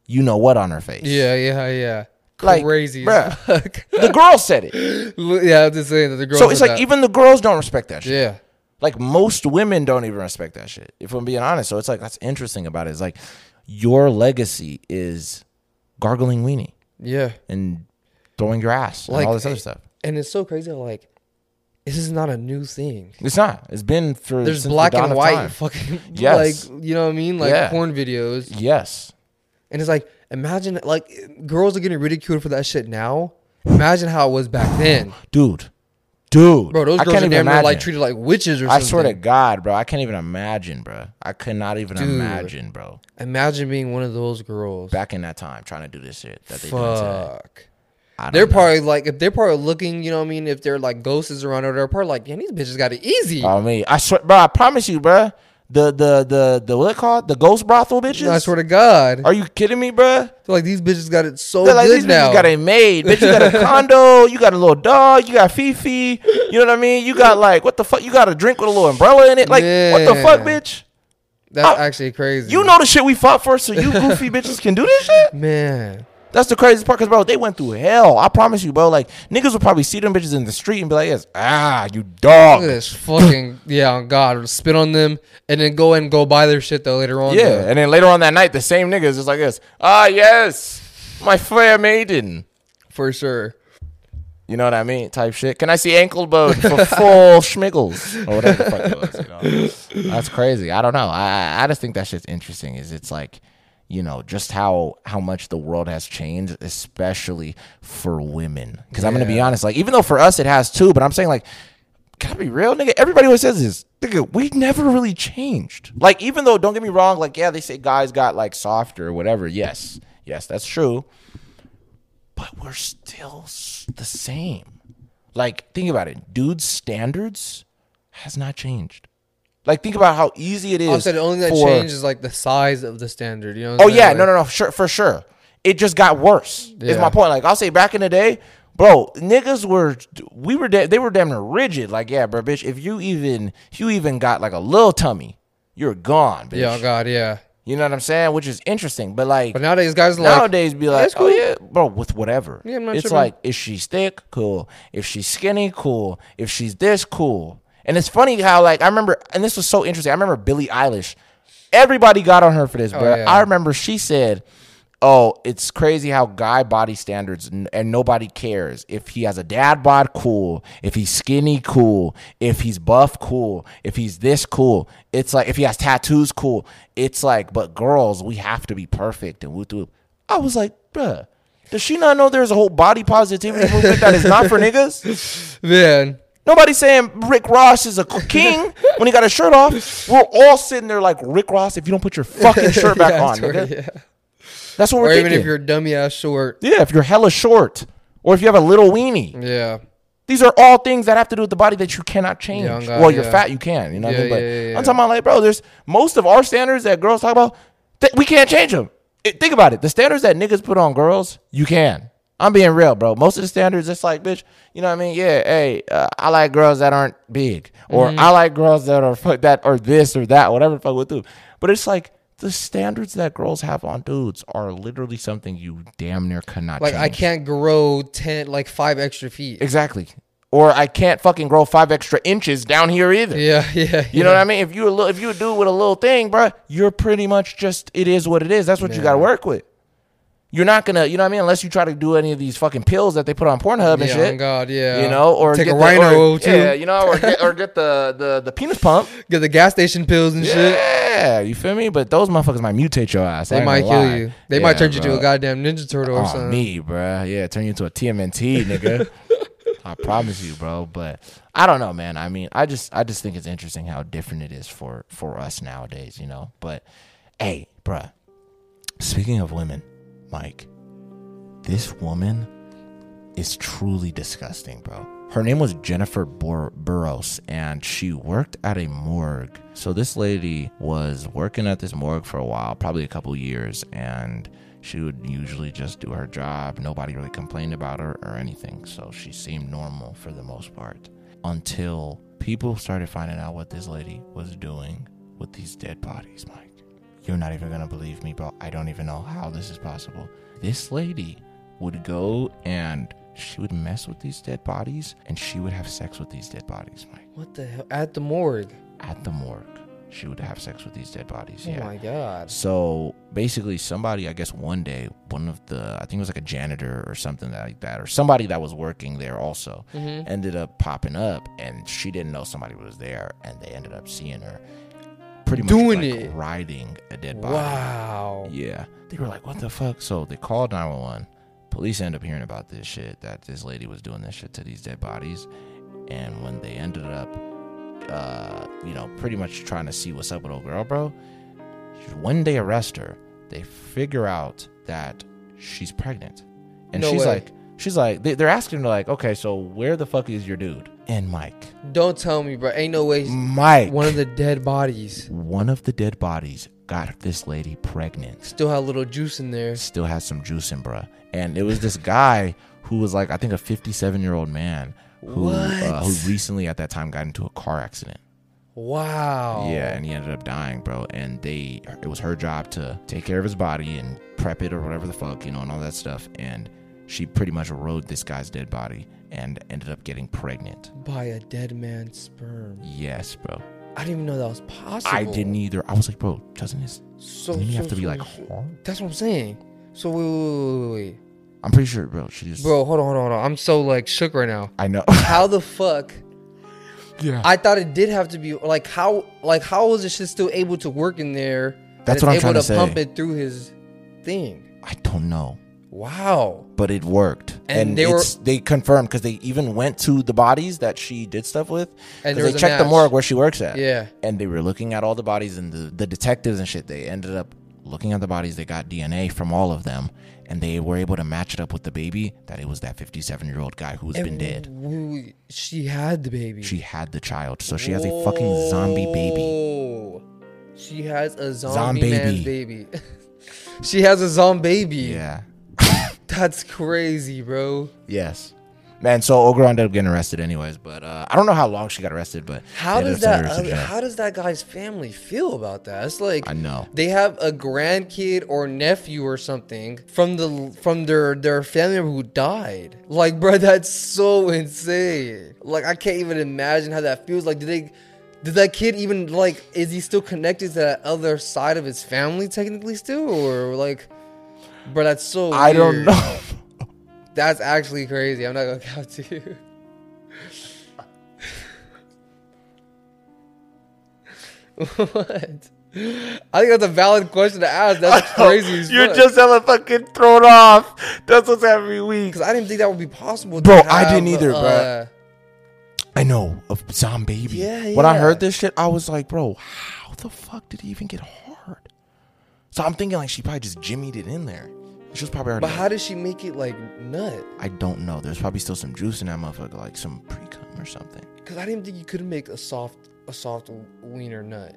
you know what, on her face." yeah, yeah, yeah. Like, Crazy, as bruh. fuck. The girl said it. yeah, I was just saying that the girl. So it's like even the girls don't respect that shit. yeah, Like most women don't even respect that shit. If I'm being honest, so it's like that's interesting about it. It's like your legacy is gargling weenie yeah. and throwing your ass and Like, eh, all this other stuff. And it's so crazy. how, Like, this is not a new thing. It's not. It's been for There's since the black dawn and of white time. fucking Yes. like you know what I mean, like Yeah. porn videos. Yes. And it's like, imagine like girls are getting ridiculed for that shit now. Imagine how it was back then, Dude. Dude. bro. Those I girls can't are even damn near, like imagine. treated like witches or I something. swear to God, bro. I can't even imagine, bro. I could not even Dude. imagine, bro. Imagine being one of those girls. Back in that time, trying to do this shit that they do today. Fuck. I don't They're know. probably like if they're probably looking, you know what I mean. If they're like ghosts is around, or they're probably like, yeah, these bitches got it easy. I mean, I swear, bro. I promise you, bro. The the the the what it called the ghost brothel bitches. No, I swear to God, Are you kidding me, bro? They're like these bitches got it so They're like good these now. bitches got a maid, bitch. You got a condo. You got a little dog. You got Fifi. You know what I mean? You got like what the fuck? You got a drink with a little umbrella in it. Like what the Yeah. fuck, bitch? That's I- actually crazy. You know the shit we fought for, so you goofy bitches can do this shit. man. That's the craziest part, cause bro, they went through hell. I promise you, bro. Like niggas would probably see them bitches in the street and be like, "Yes, ah, you dog." Look at this fucking yeah, on God, spit on them and then go and go buy their shit though later on. Yeah, and then later on that night, the same niggas just like this. Ah, yes, my fair maiden. for sure. You know what I mean? Type shit. Can I see ankle bone for full schmiggles or whatever the fuck it was? You know? That's crazy. I don't know. I I- I just think that shit's interesting. Is it's like, you know, just how how much the world has changed, especially for women. Because I'm gonna be honest. Like, even though for us it has too, but I'm saying like. Can I be real, nigga? Everybody always says this. Nigga, we never really changed. Like, even though, don't get me wrong, like, yeah, they say guys got like softer or whatever. Yes. Yes, that's true but we're still s- the same. Like, think about it. Dude's standards has not changed. Like, think about how easy it is. I said the only that for- changed is like the size of the standard. You know? What Oh I'm saying? yeah, Like, no, no, no, sure, for sure. It just got worse. Is Yeah. my point. Like I'll say, back in the day, Bro, niggas were we were da- they were damn near rigid. Like, yeah, bro, bitch. If you even if you even got like a little tummy, you're gone, bitch. Yeah, oh God, yeah. You know what I'm saying? Which is interesting, but like But nowadays, guys are like, nowadays, be like, that's cool. oh yeah, bro, with whatever. Yeah, I'm not it's tripping. like, is she thick? Cool. If she's skinny, cool. If she's this, cool. And it's funny how like I remember, and this was so interesting. I remember Billie Eilish. Everybody got on her for this, bro. Oh, yeah. I remember she said, "Oh, it's crazy how guy body standards, n- and nobody cares if he has a dad bod, cool. If he's skinny, cool. If he's buff, cool. If he's this, cool. It's like if he has tattoos, cool. It's like, but girls, we have to be perfect and whoop whoop." I was like, bruh. Does she not know there's a whole body positivity movement that is not for niggas? man. Nobody's saying Rick Ross is a king when he got his shirt off. We're all sitting there like Rick Ross. If you don't put your fucking shirt back Yeah, I on, swear, nigga, yeah. that's what Or we're even thinking. if you're dummy ass short. yeah, if you're hella short, or if you have a little weenie, Yeah. these are all things that have to do with the body that you cannot change. Yeah, I'm glad, well, you're yeah. fat, you can. You know what I Yeah, mean? But yeah, yeah, yeah. I'm talking about like, bro, there's most of our standards that girls talk about, th- we can't change them. It- think about it. The standards that niggas put on girls, you can. I'm being real, bro. Most of the standards, it's like, bitch, you know what I mean? Yeah, hey, uh, I like girls that aren't big, or Mm-hmm. I like girls that are fu- that or this or that, whatever the fuck with do. But it's like the standards that girls have on dudes are literally something you damn near cannot. Like change. I can't grow ten, like five extra feet. Exactly. Or I can't fucking grow five extra inches down here either. Yeah, yeah. You know what I mean? If you a little, if you a dude with a little thing, bruh, you're pretty much just it is what it is. That's what you got to work with. You're not gonna, you know what I mean? Unless you try to do any of these fucking pills that they put on Pornhub and Yeah, shit. on God, yeah. You know, or Take get a the- rhino or, too. Yeah, you know, or get, or get the the the penis pump. Get the gas station pills and shit. Yeah, you feel me? But those motherfuckers might mutate your ass. I They ain't might gonna kill lie. you. They might Yeah, turn you into bruh. a goddamn ninja turtle or Oh, something. me, bro. Yeah, turn you into a TMNT, nigga. I promise you, bro. But I don't know, man. I mean, I just I just think it's interesting how different it is for for us nowadays, you know. But hey, bruh. Speaking of women, Mike, this woman is truly disgusting, bro. Her name was Jennifer Bur- Burrows, and she worked at a morgue. So this lady was working at this morgue for a while, probably a couple years, and she would usually just do her job. Nobody really complained about her or anything, so she seemed normal for the most part. Until people started finding out what this lady was doing with these dead bodies, Mike. You're not even gonna believe me, bro. I don't even know how this is possible. This lady would go and she would mess with these dead bodies and she would have sex with these dead bodies, Mike. What the hell? At the morgue. At the morgue, she would have sex with these dead bodies. Oh yeah. my god. So basically, somebody, I guess one day, one of the, I think it was like a janitor or something like that, or somebody that was working there also, Mm-hmm. ended up popping up and she didn't know somebody was there and they ended up seeing her pretty much Doing like it. riding a dead body. Wow. Yeah. They were like, what the fuck? So they called 911. Police end up hearing about this shit that this lady was doing this shit to these dead bodies. And when they ended up, uh, you know, pretty much trying to see what's up with old girl, bro, when they arrest her, they figure out that she's pregnant. And No she's way. like, she's like, they, they're asking her, like, okay, so where the fuck is your dude? And Mike. Don't tell me, bro. Ain't no way. he's- Mike. One of the dead bodies one of the dead bodies got this lady pregnant. still had a little juice in there. still had some juice in, bruh. And it was this guy who was like, I think a 57 year old man who, uh, who recently at that time got into a car accident. Wow. Yeah, and he ended up dying, bro. And they, it was her job to take care of his body and prep it or whatever the fuck, you know, and all that stuff. And she pretty much rode this guy's dead body and ended up getting pregnant. By a dead man's sperm. Yes, bro. I didn't even know that was possible. I didn't either. I was like, bro, doesn't this? So, doesn't he have so- to be so- like so- hard? That's what I'm saying. So wait, wait, wait, wait, I'm pretty sure, bro. She just. wait, bro. Hold on, hold on, hold on. I'm so like shook right now. I know. How the fuck? yeah. I thought it did have to be like how like how was this shit still able to work in there? that That's it's what I'm able trying to to pump say. it through his thing. I don't know. Wow. but it worked. And And, they they were- they confirmed because they even went to the bodies that she did stuff with. And there was 'cause they a checked the match. morgue where she works at. Yeah. And they were looking at all the bodies and the, the detectives and shit. They ended up looking at the bodies. They got DNA from all of them. And they were able to match it up with the baby that it was that 57 year old guy who's been dead. We- she had the baby. She had the child. So she has a fucking zombie baby. Whoa. She has a zombie Zombaby. man's baby. she has a zombie baby. Yeah. That's crazy, bro. Yes. Man, so Ogre ended up getting arrested anyways, but uh, I don't know how long she got arrested, but How they ended does up that? sending her to other- jail. how does that guy's family feel about that? It's like I know. they have a grandkid or nephew or something from the from their their family member who died. Like, bro, that's so insane. Like, I can't even imagine how that feels. Like, did they? Did that kid even like? Is he still connected to that other side of his family technically still, or like? Bro, that's so. I don't weird. know. That's actually crazy. I'm not gonna count to you. what? I think that's a valid question to ask. That's crazy. as Oh, You're fuck. just hella fucking thrown off. That's what's every week. because I didn't think that would be possible. Bro, to I didn't have, either, bro. uh, I know of zombie baby. Yeah, When I yeah. heard this shit, I was like, bro, how the fuck did he even get hard? So I'm thinking like she probably just jimmied it in there. She was probably already. But how does she make it like nut? I don't know. There's probably still some juice in that motherfucker, like some pre cum or something. Because I didn't think you could make a soft a soft wiener nut.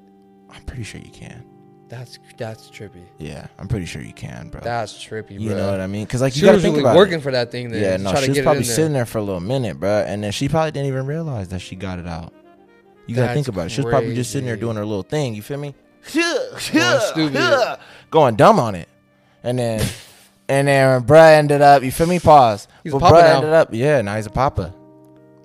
I'm pretty sure you can. That's that's trippy. Yeah, I'm pretty sure you can, bro. That's trippy, bro. you know what I mean? Because like you she gotta was think really about working it. for that thing. Then Yeah, to no, try she to was get probably it in sitting there for a little minute, bro, and then she probably didn't even realize that she got it out. You gotta That's think about it. She was probably just sitting there crazy. doing her little thing. You feel me? stupid. Going dumb on it, and then and then bruh ended up. You feel me? Pause. He's but a papa bruh now. ended up. Yeah, now he's a papa.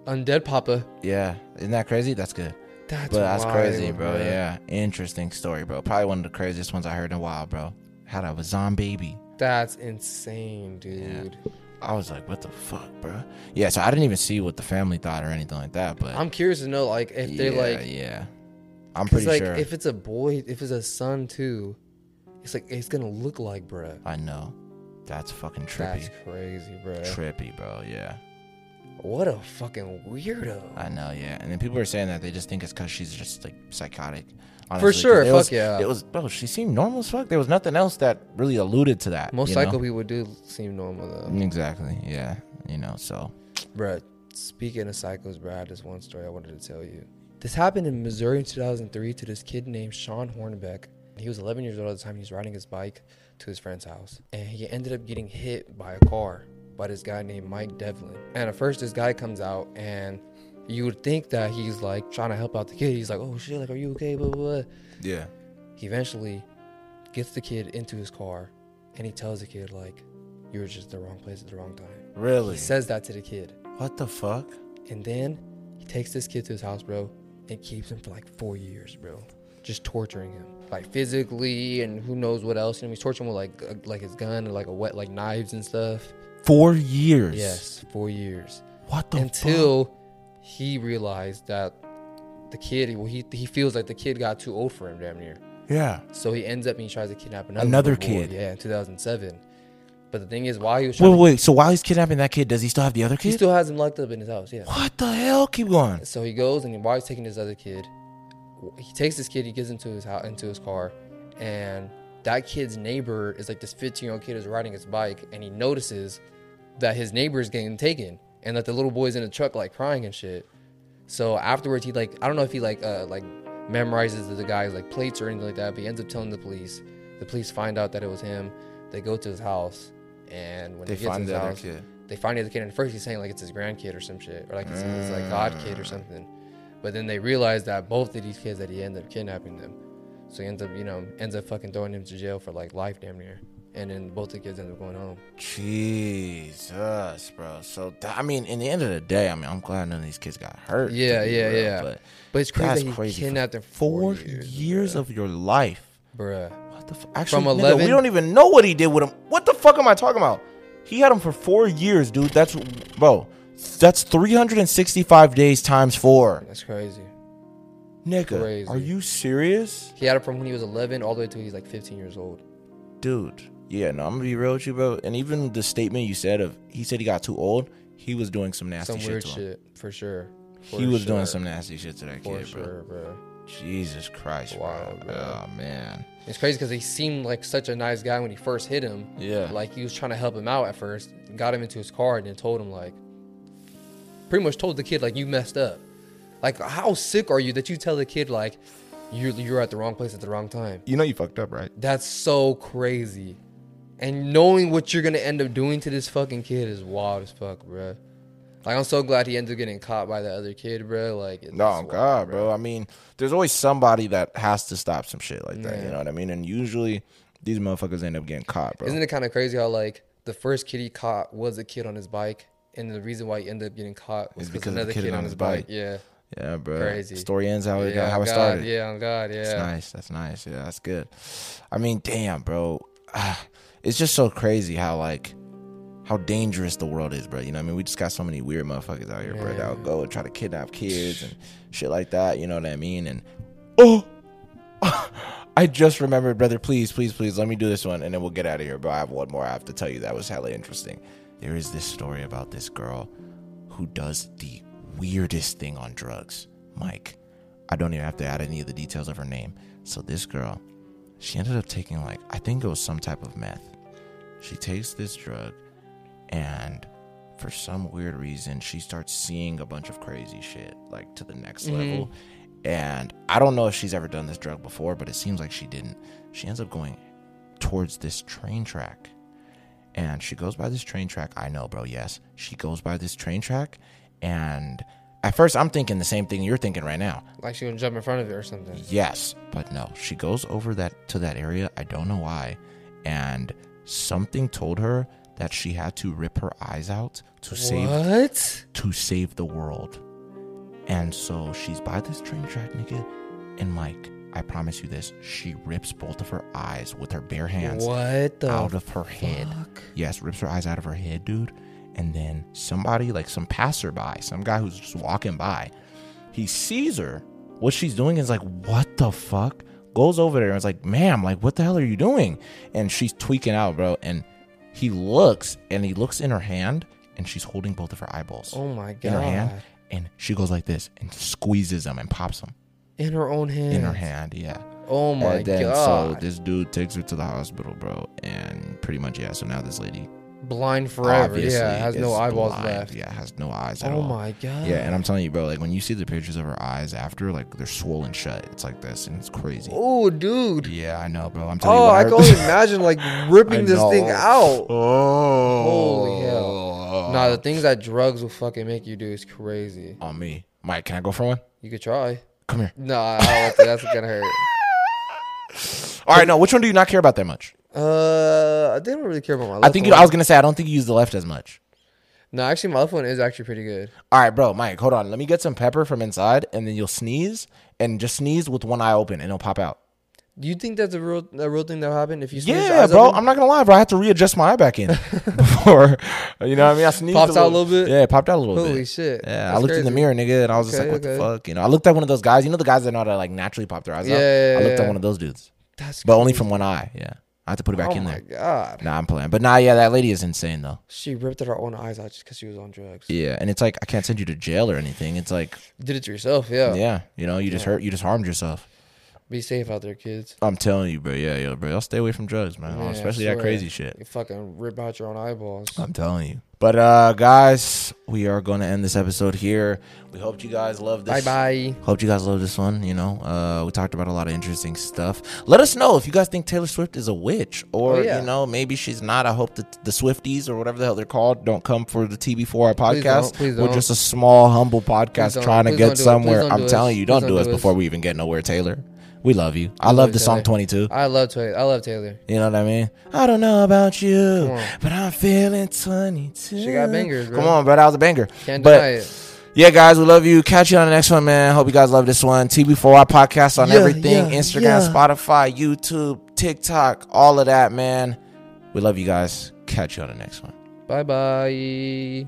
there. Undead Papa. Yeah, isn't that crazy? That's good. That's But that's wild, crazy, bro. Yeah, interesting story, bro. Probably one of the craziest ones I heard in a while, bro. Had I was on baby. That's insane, dude. I was like, what the fuck, bro? Yeah, so I didn't even see what the family thought or anything like that, but I'm curious to know, like, if they're yeah, like, yeah, I'm because pretty like, sure. if it's a boy, if it's a son too, it's like it's gonna look like, bruh. I know, that's fucking trippy, That's crazy, bruh. trippy, bro. Yeah, what a fucking weirdo. I know. Yeah, and then people are saying that they just think it's because she's just like psychotic. For Honestly, 'cause sure, it fuck was- yeah. It was, bro. She seemed normal as fuck. There was nothing else that really alluded to that. Most you psycho know? people do seem normal though, Exactly. Yeah. You know. So bruh. Speaking of psychos, bruh, I had this one story I wanted to tell you. This happened in Missouri in 2003 to this kid named Sean Hornbeck. He was 11 years old at the time. He was riding his bike to his friend's house, and he ended up getting hit by a car by this guy named Mike Devlin. And at first, this guy comes out, and you would think that he's like trying to help out the kid. He's like, "Oh shit, like, are you okay?" Blah blah. blah. yeah. He eventually gets the kid into his car, and he tells the kid like, "You were just at the wrong place at the wrong time." Really? He says that to the kid. what the fuck? And then he takes this kid to his house, bro, and keeps him for like four years, bro. Just torturing him, like physically, and who knows what else. You know, he's torturing him with like g- like his gun and like a wet like knives and stuff. Four years. Yes, four years What the fuck? until he realized that the kid, well, he he feels like the kid got too old for him, damn near. Yeah. So he ends up and he tries to kidnap another Another little boy, kid. Yeah, in 2007. But the thing is, while he was Wait, trying, wait, to, wait. So while he's kidnapping that kid, does he still have the other he kid? still has him locked up in his house. Yeah. what the hell? Keep going. So he goes and while he's taking this other kid, he takes this kid, he gets into his house, into his car, and that kid's neighbor is like this 15 year old kid is riding his bike, and he notices that his neighbor is getting taken, and that the little boy's in the truck like crying and shit. So afterwards, he like I don't know if he like uh like memorizes the guy's like plates or anything like that, but he ends up telling the police. The police find out that it was him. They go to his house, and when They he gets to find his the other house, kid. they find the other kid, and at first he's saying like it's his grandkid or some shit, or like it's his Mm. like god kid or something. But then they realize that both of these kids that he ended up kidnapping them, so he ends up you know ends up fucking throwing him to jail for like life damn near, and then both the kids end up going home. Jesus, bro. So th- I mean, in the end of the day, I mean, I'm glad none of these kids got hurt. to Yeah, be yeah, real, yeah. But But it's crazy that's that he crazy. for kidnapped them four four years, years, of your life. Bruh, What the fuck? Actually, From nigga, 11 we don't even know what he did with him. What the fuck am I talking about? He had him for four years, dude. That's bro. That's 365 days times four. that's crazy. Nigga, Crazy. are you serious? He had it from when he was 11 all the way to he's like 15 years old. Dude. Yeah, no, I'm gonna be real with you, bro. And even the statement you said of he said he got too old, he was doing some nasty Some shit weird to him. shit for sure. For he was doing sure. some nasty shit to that for kid, bro. sure, bro. Jesus Christ, Wow, bro. bro. Oh man. It's crazy because he seemed like such a nice guy when he first hit him. Yeah. Like he was trying to help him out at first, got him into his car, and then told him like, pretty much told the kid like you messed up. Like how sick are you that you tell the kid like, you're you're at the wrong place at the wrong time. You know you fucked up, right? That's so crazy. And knowing what you're gonna end up doing to this fucking kid is wild as fuck, bruh. Like I'm so glad he ended up getting caught by the other kid, bro. Like it's No, wild, Oh, God, bro. I mean, there's always somebody that has to stop some shit like that. You Yeah. know what I mean? And usually these motherfuckers end up getting caught, bro. Isn't it kind of crazy how like the first kid he caught was a kid on his bike, and the reason why he ended up getting caught was Is because because of the another kid kid on his bike. Yeah, yeah, bro. Crazy. Story ends how it yeah, got, how on it God, started. Yeah, on God, yeah. That's nice. That's nice. Yeah, that's good. I mean, damn, bro. Ah, It's just so crazy how like how dangerous the world is, bro. You know, what I mean, we just got so many weird motherfuckers out here, bro. That'll go and try to kidnap kids and shit like that. You know what I mean? And oh, I just remembered, brother. Please, please, please, let me do this one, and then we'll get out of here. But I have one more. I have to tell you that was hella interesting. There is this story about this girl who does the weirdest thing on drugs, Mike. I don't even have to add any of the details of her name. So this girl, she ended up taking like I think it was some type of meth. She takes this drug and for some weird reason she starts seeing a bunch of crazy shit like to the next level. And I don't know if she's ever done this drug before, but it seems like she didn't. She ends up going towards this train track and she goes by this train track. I know, bro. Yes, she goes by this train track, and at first I'm thinking the same thing you're thinking right now. Like she would jump in front of it or something. Yes, but no. She goes over that to that area. I don't know why, and something told her that she had to rip her eyes out to save What? to save the world. And so she's by this train track, nigga. And Mike, I promise you this: she rips both of her eyes with her bare hands What the? out of her head. Yes, rips her eyes out of her head, dude. And then somebody, like some passerby, some guy who's just walking by, he sees her. What she's doing is like, what the fuck? Goes over there and is like, ma'am, like, what the hell are you doing? And she's tweaking out, bro. And he looks and he looks in her hand and she's holding both of her eyeballs oh my god! in her hand. And she goes like this and squeezes them and pops them In her own hand. in her hand. Yeah. Oh my and then, god! so this dude takes her to the hospital, bro. And pretty much, yeah. So now this lady blind forever. obviously yeah, has is no eyeballs blind. left. Yeah, has no eyes at Oh all. my god! Yeah, and I'm telling you, bro, like when you see the pictures of her eyes after, like they're swollen shut. It's like this, and it's crazy. Oh, dude. Yeah, I know, bro. I'm telling you. Oh, when I can only imagine like I ripping this thing know. out. Oh, Holy hell. Nah, the things that drugs will fucking make you do is crazy. On me, Mike. Can I go for one? You could try. Come here. Nah, I don't like that. that's gonna hurt. All right, no. Which one do you not care about that much? Uh, I didn't really care about my. Left I think you, One. I was gonna say I don't think you use the left as much. no, actually, my left one is actually pretty good. All right, bro, Mike. Hold on. Let me get some pepper from inside, and then you'll sneeze, and just sneeze with one eye open, and it'll pop out. Do you think that's a real a real thing that happened? If you sneeze your Yeah, eyes bro. open? I'm not gonna lie, bro. I had to readjust my eye back in before. You know what I mean? I sneezed. Popped out a little bit? Yeah, it popped out a little Holy bit. shit! Yeah, I That's looked in the crazy. mirror, nigga, and I was just Okay, like, "What okay. the fuck?" You know, I looked at one of those guys. You know, the guys that know how to like naturally pop their eyes out. Yeah, I looked at yeah. one of those dudes, That's but only from one eye. Yeah, I had to put it back oh in my there. god! Nah, I'm playing. But nah, yeah, that lady is insane though. She ripped her own eyes out just because she was on drugs. Yeah, and it's like I can't send you to jail or anything. It's like, You did it to yourself, yeah. yeah, you know, you just hurt, you just harmed yourself. Be safe out there, kids. I'm telling you, bro. Yeah, yo, bro. I'll stay away from drugs, man. Man, I Especially that swear. crazy shit. You fucking rip out your own eyeballs. I'm telling you. But uh guys, we are going to end this episode here. We hope you guys love Bye this. bye. Hope you guys love this one. You know, uh, we talked about a lot of interesting stuff. Let us know if you guys think Taylor Swift is a witch, or Oh, yeah. you know, maybe she's not. I hope that the Swifties or whatever the hell they're called don't come for the TB4I podcast. Please don't, please We're don't. just a small, humble Please podcast don't, trying to please get don't do it, somewhere. please don't I'm do telling us, you, don't please do don't us do before us. we even get nowhere, Taylor. We love you. I love you, the song Taylor. 22. I love Taylor. I love Taylor. You know what I mean? I don't know about you, Come on. but I'm feeling 22. She got bangers, bro. Mm. Come on, bro. That was a banger. Can't but deny it. yeah, guys, we love you. Catch you on the next one, man. Hope you guys love this one. TB4Y podcast on Yeah, everything yeah, Instagram, yeah. Spotify, YouTube, TikTok, all of that, man. We love you guys. Catch you on the next one. Bye bye.